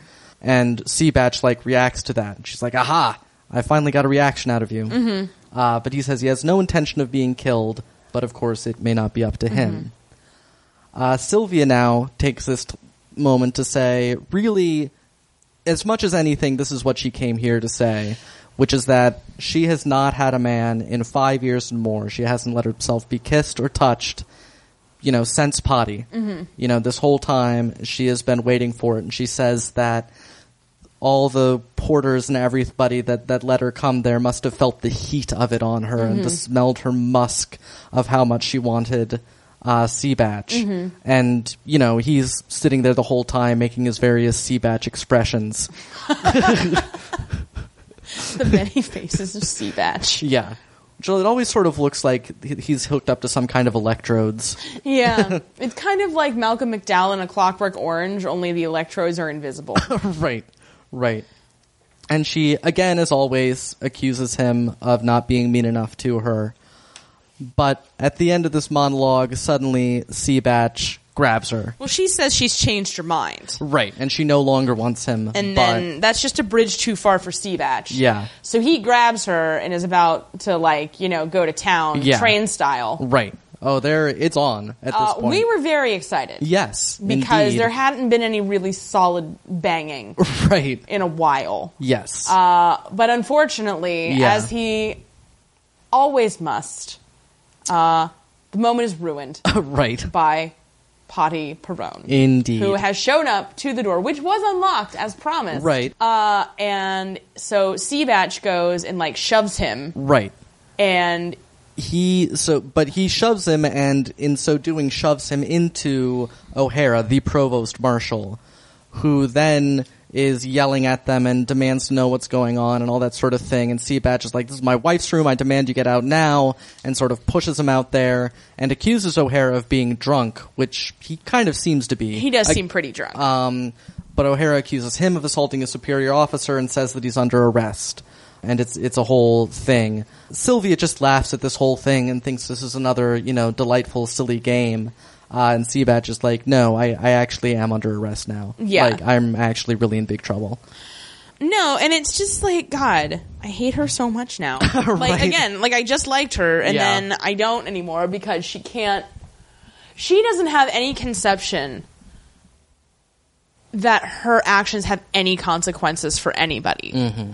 Speaker 1: and Seabatch like reacts to that. And she's like, "Aha! I finally got a reaction out of you." Uh, but he says he has no intention of being killed, but of course it may not be up to him. Uh, Sylvia now takes this t- moment to say, really, as much as anything, this is what she came here to say, which is that she has not had a man in five years and more. She hasn't let herself be kissed or touched, you know, since potty. You know, this whole time she has been waiting for it, and she says that all the porters and everybody that, that let her come there must have felt the heat of it on her and the smelled her musk of how much she wanted uh, Seabatch. And, you know, he's sitting there the whole time making his various Seabatch expressions.
Speaker 2: the many faces of Seabatch.
Speaker 1: Yeah. Jill, it always sort of looks like he- he's hooked up to some kind of electrodes.
Speaker 2: Yeah, it's kind of like Malcolm McDowell in A Clockwork Orange, only the electrodes are invisible.
Speaker 1: right, right. And she, again, as always, accuses him of not being mean enough to her. But at the end of this monologue, suddenly Seabatch grabs her.
Speaker 2: well, she says she's changed her mind.
Speaker 1: Right. And she no longer wants him.
Speaker 2: And
Speaker 1: but-
Speaker 2: then that's just a bridge too far for Seabatch.
Speaker 1: Yeah.
Speaker 2: So he grabs her and is about to like, you know, go to town
Speaker 1: Yeah.
Speaker 2: train style.
Speaker 1: Right. Oh, there, it's on at this
Speaker 2: Uh,
Speaker 1: point.
Speaker 2: we were very excited.
Speaker 1: Yes.
Speaker 2: Because
Speaker 1: indeed.
Speaker 2: there hadn't been any really solid banging
Speaker 1: Right.
Speaker 2: in a while.
Speaker 1: Yes.
Speaker 2: Uh, but unfortunately,
Speaker 1: Yeah.
Speaker 2: as he always must, uh, the moment is ruined
Speaker 1: right.
Speaker 2: by Potty Perone.
Speaker 1: Indeed.
Speaker 2: Who has shown up to the door, which was unlocked as promised.
Speaker 1: Right.
Speaker 2: Uh, and so Seabatch goes and like shoves him,
Speaker 1: Right.
Speaker 2: and
Speaker 1: He so but he shoves him and in so doing shoves him into O'Hara, the provost marshal, who then is yelling at them and demands to know what's going on and all that sort of thing. And Seabatch is like, This is my wife's room, I demand you get out now and sort of pushes him out there and accuses O'Hara of being drunk, which he kind of seems to be.
Speaker 2: he does
Speaker 1: I-
Speaker 2: seem pretty drunk.
Speaker 1: Um, but O'Hara accuses him of assaulting a superior officer and says that he's under arrest. And it's it's a whole thing. Sylvia just laughs at this whole thing and thinks this is another you know delightful silly game. Uh, and Seabatch is like, no, I, I actually am under arrest now.
Speaker 2: Yeah.
Speaker 1: like I'm actually really in big trouble.
Speaker 2: No, and it's just like God. I hate her so much now. like
Speaker 1: Right.
Speaker 2: again, like I just liked her, and
Speaker 1: Yeah.
Speaker 2: then I don't anymore because she can't. She doesn't have any conception that her actions have any consequences for anybody.
Speaker 1: Mm-hmm.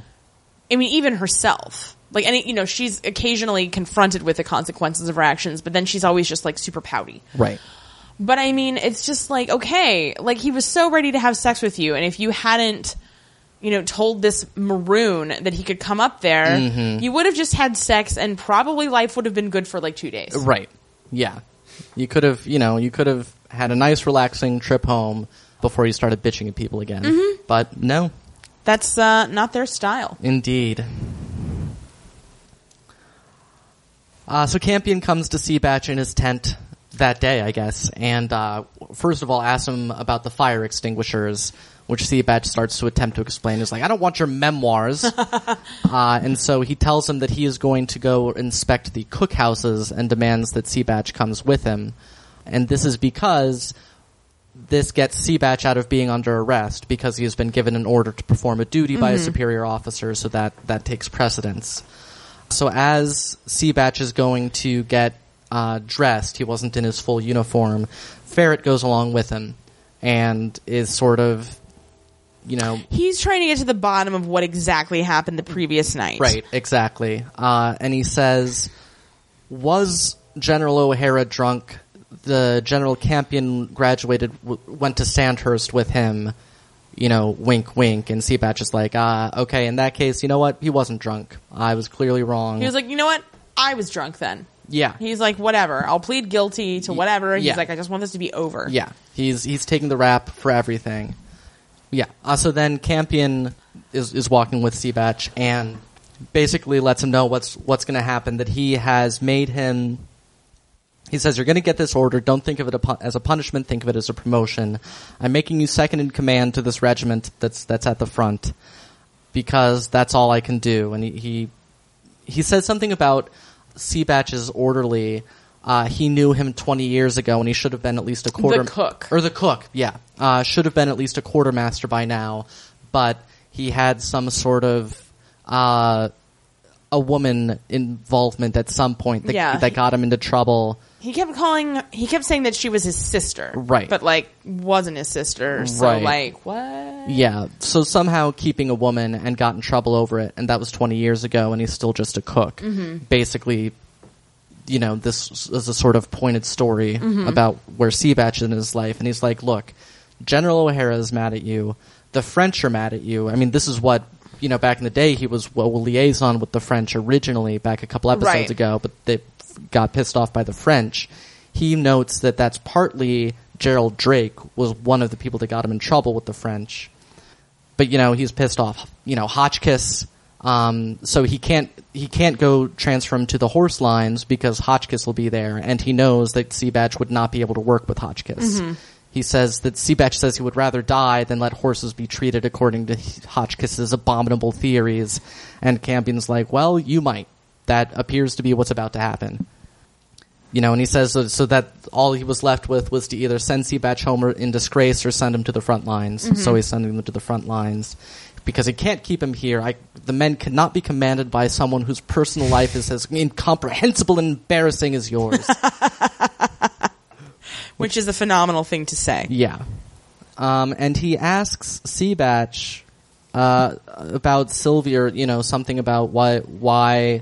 Speaker 2: I mean, even herself. Like any, you know, she's occasionally confronted with the consequences of her actions, but then she's always just like super pouty.
Speaker 1: Right.
Speaker 2: But I mean, it's just like, okay, like he was so ready to have sex with you, and if you hadn't, you know, told this maroon that he could come up there,
Speaker 1: Mm-hmm.
Speaker 2: you would have just had sex, and probably life would have been good for like two days.
Speaker 1: Right. Yeah. You could have, you know, you could have had a nice, relaxing trip home before you started bitching at people again. But no,
Speaker 2: That's uh, not their style.
Speaker 1: Indeed. Uh, so Campion comes to see Batch in his tent that day, I guess, and uh, first of all asks him about the fire extinguishers, which Seabatch starts to attempt to explain. He's like, I don't want your memoirs. uh, and so he tells him that he is going to go inspect the cookhouses and demands that Seabatch comes with him. And this is because this gets Seabatch out of being under arrest because he has been given an order to perform a duty by a superior officer, so that, that takes precedence. So as Seabatch is going to get uh, dressed, he wasn't in his full uniform, Ferret goes along with him and is sort of, you know,
Speaker 2: He's trying to get to the bottom of what exactly happened the previous night.
Speaker 1: Right, exactly. Uh, and he says, "Was General O'Hara drunk? The General Campion graduated, w- went to Sandhurst with him. You know, wink, wink." And Seabatch is like, "Ah, okay. In that case, you know what? He wasn't drunk. I was clearly wrong."
Speaker 2: He was like, you know what? I was drunk then.
Speaker 1: "Yeah,
Speaker 2: He's like, whatever. I'll plead guilty to whatever. He's
Speaker 1: yeah.
Speaker 2: like, I just want this to be over.
Speaker 1: yeah. He's he's taking the rap for everything." Yeah. Uh, so then Campion is is walking with Seabatch and basically lets him know what's what's going to happen. That he has made him He says, You're going to get this order. Don't think of it a pu- as a punishment. Think of it as a promotion. I'm making you second in command to this regiment that's, that's at the front because that's all I can do. And he, he, he says something about Seabatch's orderly. Uh, he knew him 20 years ago and he should have been at least a quarter.
Speaker 2: cook.
Speaker 1: Or the cook, yeah. Uh, should have been at least a quartermaster by now, but he had some sort of, uh, a woman involvement at some point that,
Speaker 2: Yeah.
Speaker 1: that got him into trouble.
Speaker 2: He kept calling. He kept saying that she was his sister,
Speaker 1: Right.
Speaker 2: But like, wasn't his sister. So
Speaker 1: Right.
Speaker 2: like, what?
Speaker 1: Yeah. So somehow keeping a woman and got in trouble over it, and that was 20 years ago, and he's still just a cook.
Speaker 2: Mm-hmm.
Speaker 1: Basically, you know, this is a sort of pointed story about where Seabatch is in his life, and he's like, look, General O'Hara is mad at you. The French are mad at you. I mean, this is what, you know, back in the day, he was well, liaison with the French originally, back a couple episodes
Speaker 2: Right.
Speaker 1: ago, but they got pissed off by the French. He notes that that's partly Gerald Drake was one of the people that got him in trouble with the French but you know he's pissed off. You know Hotchkiss, um, so he can't he can't go transfer him to the horse lines because Hotchkiss will be there, and he knows that Seabatch would not be able to work with Hotchkiss. He says that Seabatch says he would rather die than let horses be treated according to Hotchkiss's abominable theories, and Campion's like, well, you might. That appears to be what's about to happen you know, and he says so, so that all he was left with was to either send Seabatch home or- in disgrace or send him to the front lines. So he's sending them to the front lines because he can't keep him here. I, the men cannot be commanded by someone whose personal life is as incomprehensible and embarrassing as yours.
Speaker 2: Which is a phenomenal thing to say.
Speaker 1: yeah. Um, and he asks Seabatch uh, about Sylvia, you know, something about why why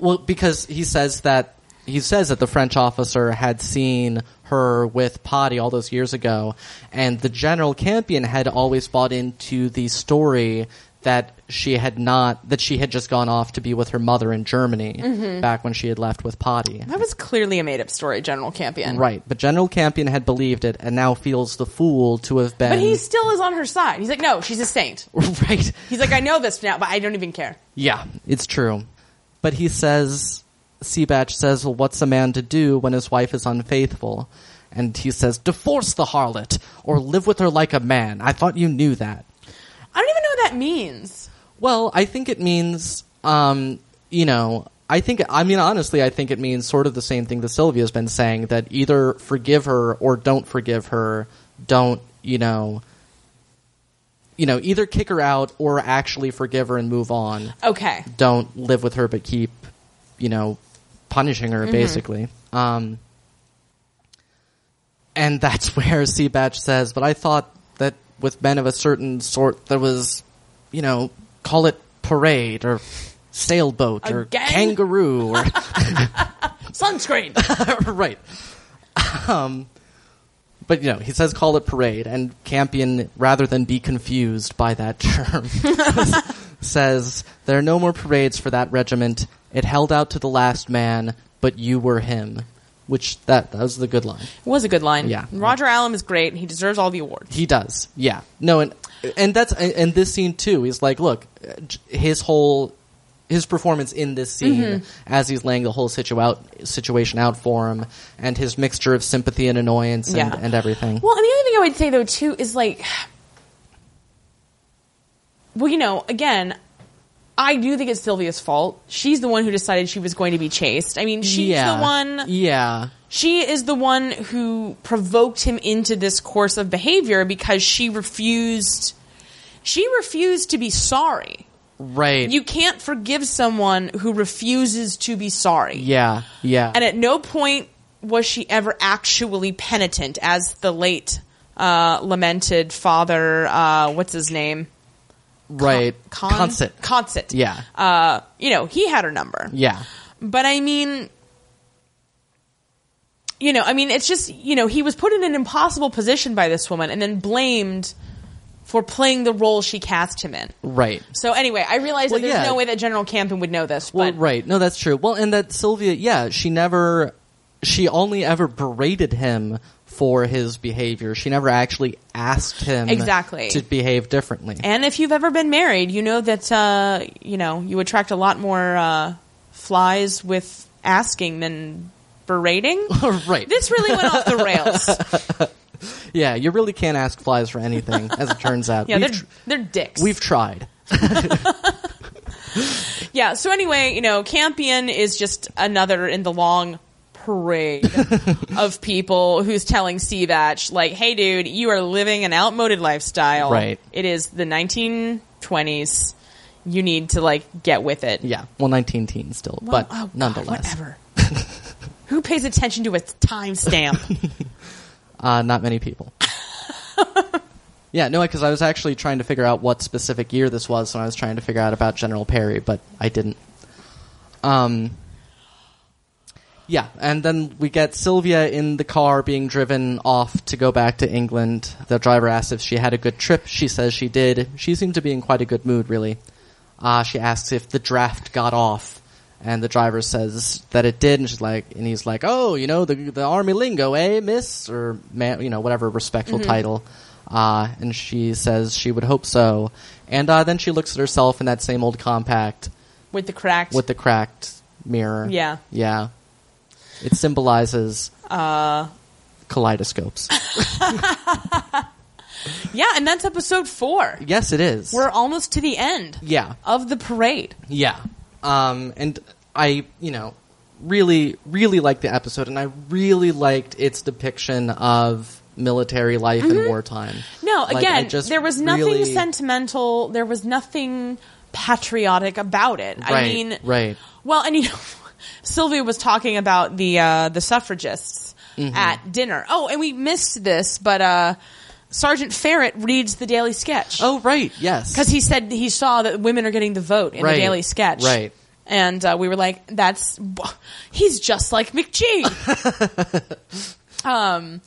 Speaker 1: Well, because he says that he says that the French officer had seen her with Potty all those years ago, and the General Campion had always bought into the story that she had not that she had just gone off to be with her mother in Germany back when she had left with Potty.
Speaker 2: That was clearly a made-up story, General Campion.
Speaker 1: Right, but General Campion had believed it and now feels the fool to have been
Speaker 2: But he still is on her side. He's like, no, she's a saint.
Speaker 1: right.
Speaker 2: He's like, I know this now, but I don't even care.
Speaker 1: Yeah, it's true. But he says, Seabatch says, well, what's a man to do when his wife is unfaithful? And he says, divorce the harlot or live with her like a man. I thought you knew that.
Speaker 2: I don't even know what that means.
Speaker 1: Well, I think it means, um, you know, I think, I mean, honestly, I think it means sort of the same thing that Sylvia's been saying that either forgive her or don't forgive her. Don't, you know, you know, either kick her out or actually forgive her and move on
Speaker 2: Okay.
Speaker 1: don't live with her but keep you know punishing her basically um and that's where Seabatch says but i thought that with men of a certain sort there was you know call it parade or sailboat or
Speaker 2: Again?
Speaker 1: kangaroo or
Speaker 2: Sunscreen.
Speaker 1: right. Um, but you know, he says call it parade, and Campion, rather than be confused by that term, says there are no more parades for that regiment. It held out to the last man, but you were him. Which that that was the good line.
Speaker 2: was a good line.
Speaker 1: Yeah.
Speaker 2: Roger Allam is great. He deserves all the awards.
Speaker 1: He does. Yeah. No, and and that's and- and this scene too. He's like, look, uh, j- his whole his performance in this scene
Speaker 2: Mm-hmm.
Speaker 1: as he's laying the whole situ- out, situation out for him and his mixture of sympathy and annoyance and,
Speaker 2: Yeah.
Speaker 1: and everything.
Speaker 2: Well, and the other thing I would say though too is like, well, you know, again, I do think it's Sylvia's fault. She's the one who decided she was going to be chased. I mean, she's
Speaker 1: yeah.
Speaker 2: the one.
Speaker 1: Yeah.
Speaker 2: She is the one who provoked him into this course of behavior because she refused. She refused to be sorry.
Speaker 1: Right.
Speaker 2: You can't forgive someone who refuses to be sorry.
Speaker 1: yeah. Yeah.
Speaker 2: And at no point was she ever actually penitent, as the late uh, lamented father, uh, what's his name? Uh,
Speaker 1: right.
Speaker 2: Con-
Speaker 1: Constant.
Speaker 2: Constant.
Speaker 1: Yeah.
Speaker 2: Uh, you know, he had her number.
Speaker 1: yeah.
Speaker 2: But I mean, you know, I mean, it's just, you know, he was put in an impossible position by this woman and then blamed for playing the role she cast him in.
Speaker 1: Right.
Speaker 2: So anyway, I realize
Speaker 1: Well,
Speaker 2: that there's
Speaker 1: yeah.
Speaker 2: no way that General Campen would know this,
Speaker 1: Well,
Speaker 2: but
Speaker 1: right. No, that's true. Well, and that Sylvia, yeah, she never, she only ever berated him for his behavior. She never actually asked him
Speaker 2: Exactly.
Speaker 1: to behave differently.
Speaker 2: And if you've ever been married, you know that uh, you know you attract a lot more uh, flies with asking than exasperating.
Speaker 1: right.
Speaker 2: This really went off the rails.
Speaker 1: yeah, you really can't ask flies for anything, as it turns out.
Speaker 2: Yeah,
Speaker 1: we've,
Speaker 2: they're
Speaker 1: tr-
Speaker 2: they're dicks.
Speaker 1: we've tried.
Speaker 2: yeah. So anyway, you know, Campion is just another in the long parade of people who's telling Seabatch, like, "Hey, dude, you are living an outmoded lifestyle.
Speaker 1: Right.
Speaker 2: It is the 1920s. You need to like get with it.
Speaker 1: Yeah, well, 19 teens still,
Speaker 2: Well,
Speaker 1: but
Speaker 2: oh, God,
Speaker 1: nonetheless,
Speaker 2: whatever. Who pays attention to a timestamp?
Speaker 1: uh, not many people. yeah, no, because I was actually trying to figure out what specific year this was, and I was trying to figure out about General Perry, but I didn't. Um, yeah, and then we get Sylvia in the car being driven off to go back to England. The driver asks if she had a good trip. She says she did. She seemed to be in quite a good mood, really. Uh, she asks if the draft got off, and the driver says that it did. And she's like, and he's like, "Oh, you know the the army lingo, eh, miss or man, you know whatever respectful title." Uh, and she says she would hope so. And uh, then she looks at herself in that same old compact
Speaker 2: with the cracked.
Speaker 1: with the cracked mirror.
Speaker 2: Yeah.
Speaker 1: Yeah. It symbolizes uh kaleidoscopes.
Speaker 2: yeah, and that's episode four.
Speaker 1: yes, it is.
Speaker 2: We're almost to the end
Speaker 1: yeah.
Speaker 2: of the parade.
Speaker 1: Yeah. Um and I, you know, really really liked the episode and I really liked its depiction of military life in wartime.
Speaker 2: Mm-hmm. No,
Speaker 1: Like, I
Speaker 2: again,
Speaker 1: just
Speaker 2: there was nothing
Speaker 1: really-
Speaker 2: sentimental. There was nothing patriotic about it. I
Speaker 1: Right,
Speaker 2: mean,
Speaker 1: right.
Speaker 2: Well, and you know, Sylvia was talking about the uh, the suffragists
Speaker 1: Mm-hmm.
Speaker 2: at dinner. Oh, and we missed this, but uh, Sergeant Ferret reads the Daily Sketch.
Speaker 1: Oh right, yes.
Speaker 2: because he said he saw that women are getting the vote in
Speaker 1: Right,
Speaker 2: the Daily Sketch.
Speaker 1: right.
Speaker 2: And uh, we were like, "That's he's just like McGee." um,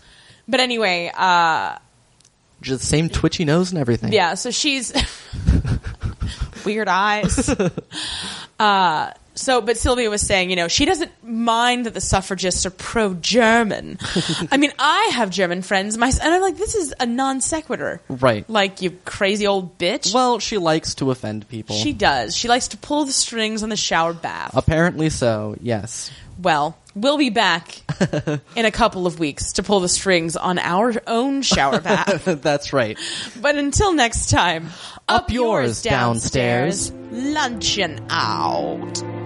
Speaker 2: but anyway, uh,
Speaker 1: just the same twitchy nose and everything.
Speaker 2: yeah. So she's weird eyes. Uh, so, but Sylvia was saying, you know, she doesn't mind that the suffragists are pro-German. I mean, I have German friends, my, and I'm like, this is a non sequitur,
Speaker 1: Right.
Speaker 2: Like you crazy old bitch.
Speaker 1: Well, she likes to offend people.
Speaker 2: She does. She likes to pull the strings on the shower bath.
Speaker 1: Apparently so. Yes.
Speaker 2: Well, we'll be back in a couple of weeks to pull the strings on our own shower bath.
Speaker 1: That's right.
Speaker 2: but until next time,
Speaker 1: Up yours, downstairs.
Speaker 2: downstairs. Luncheon out.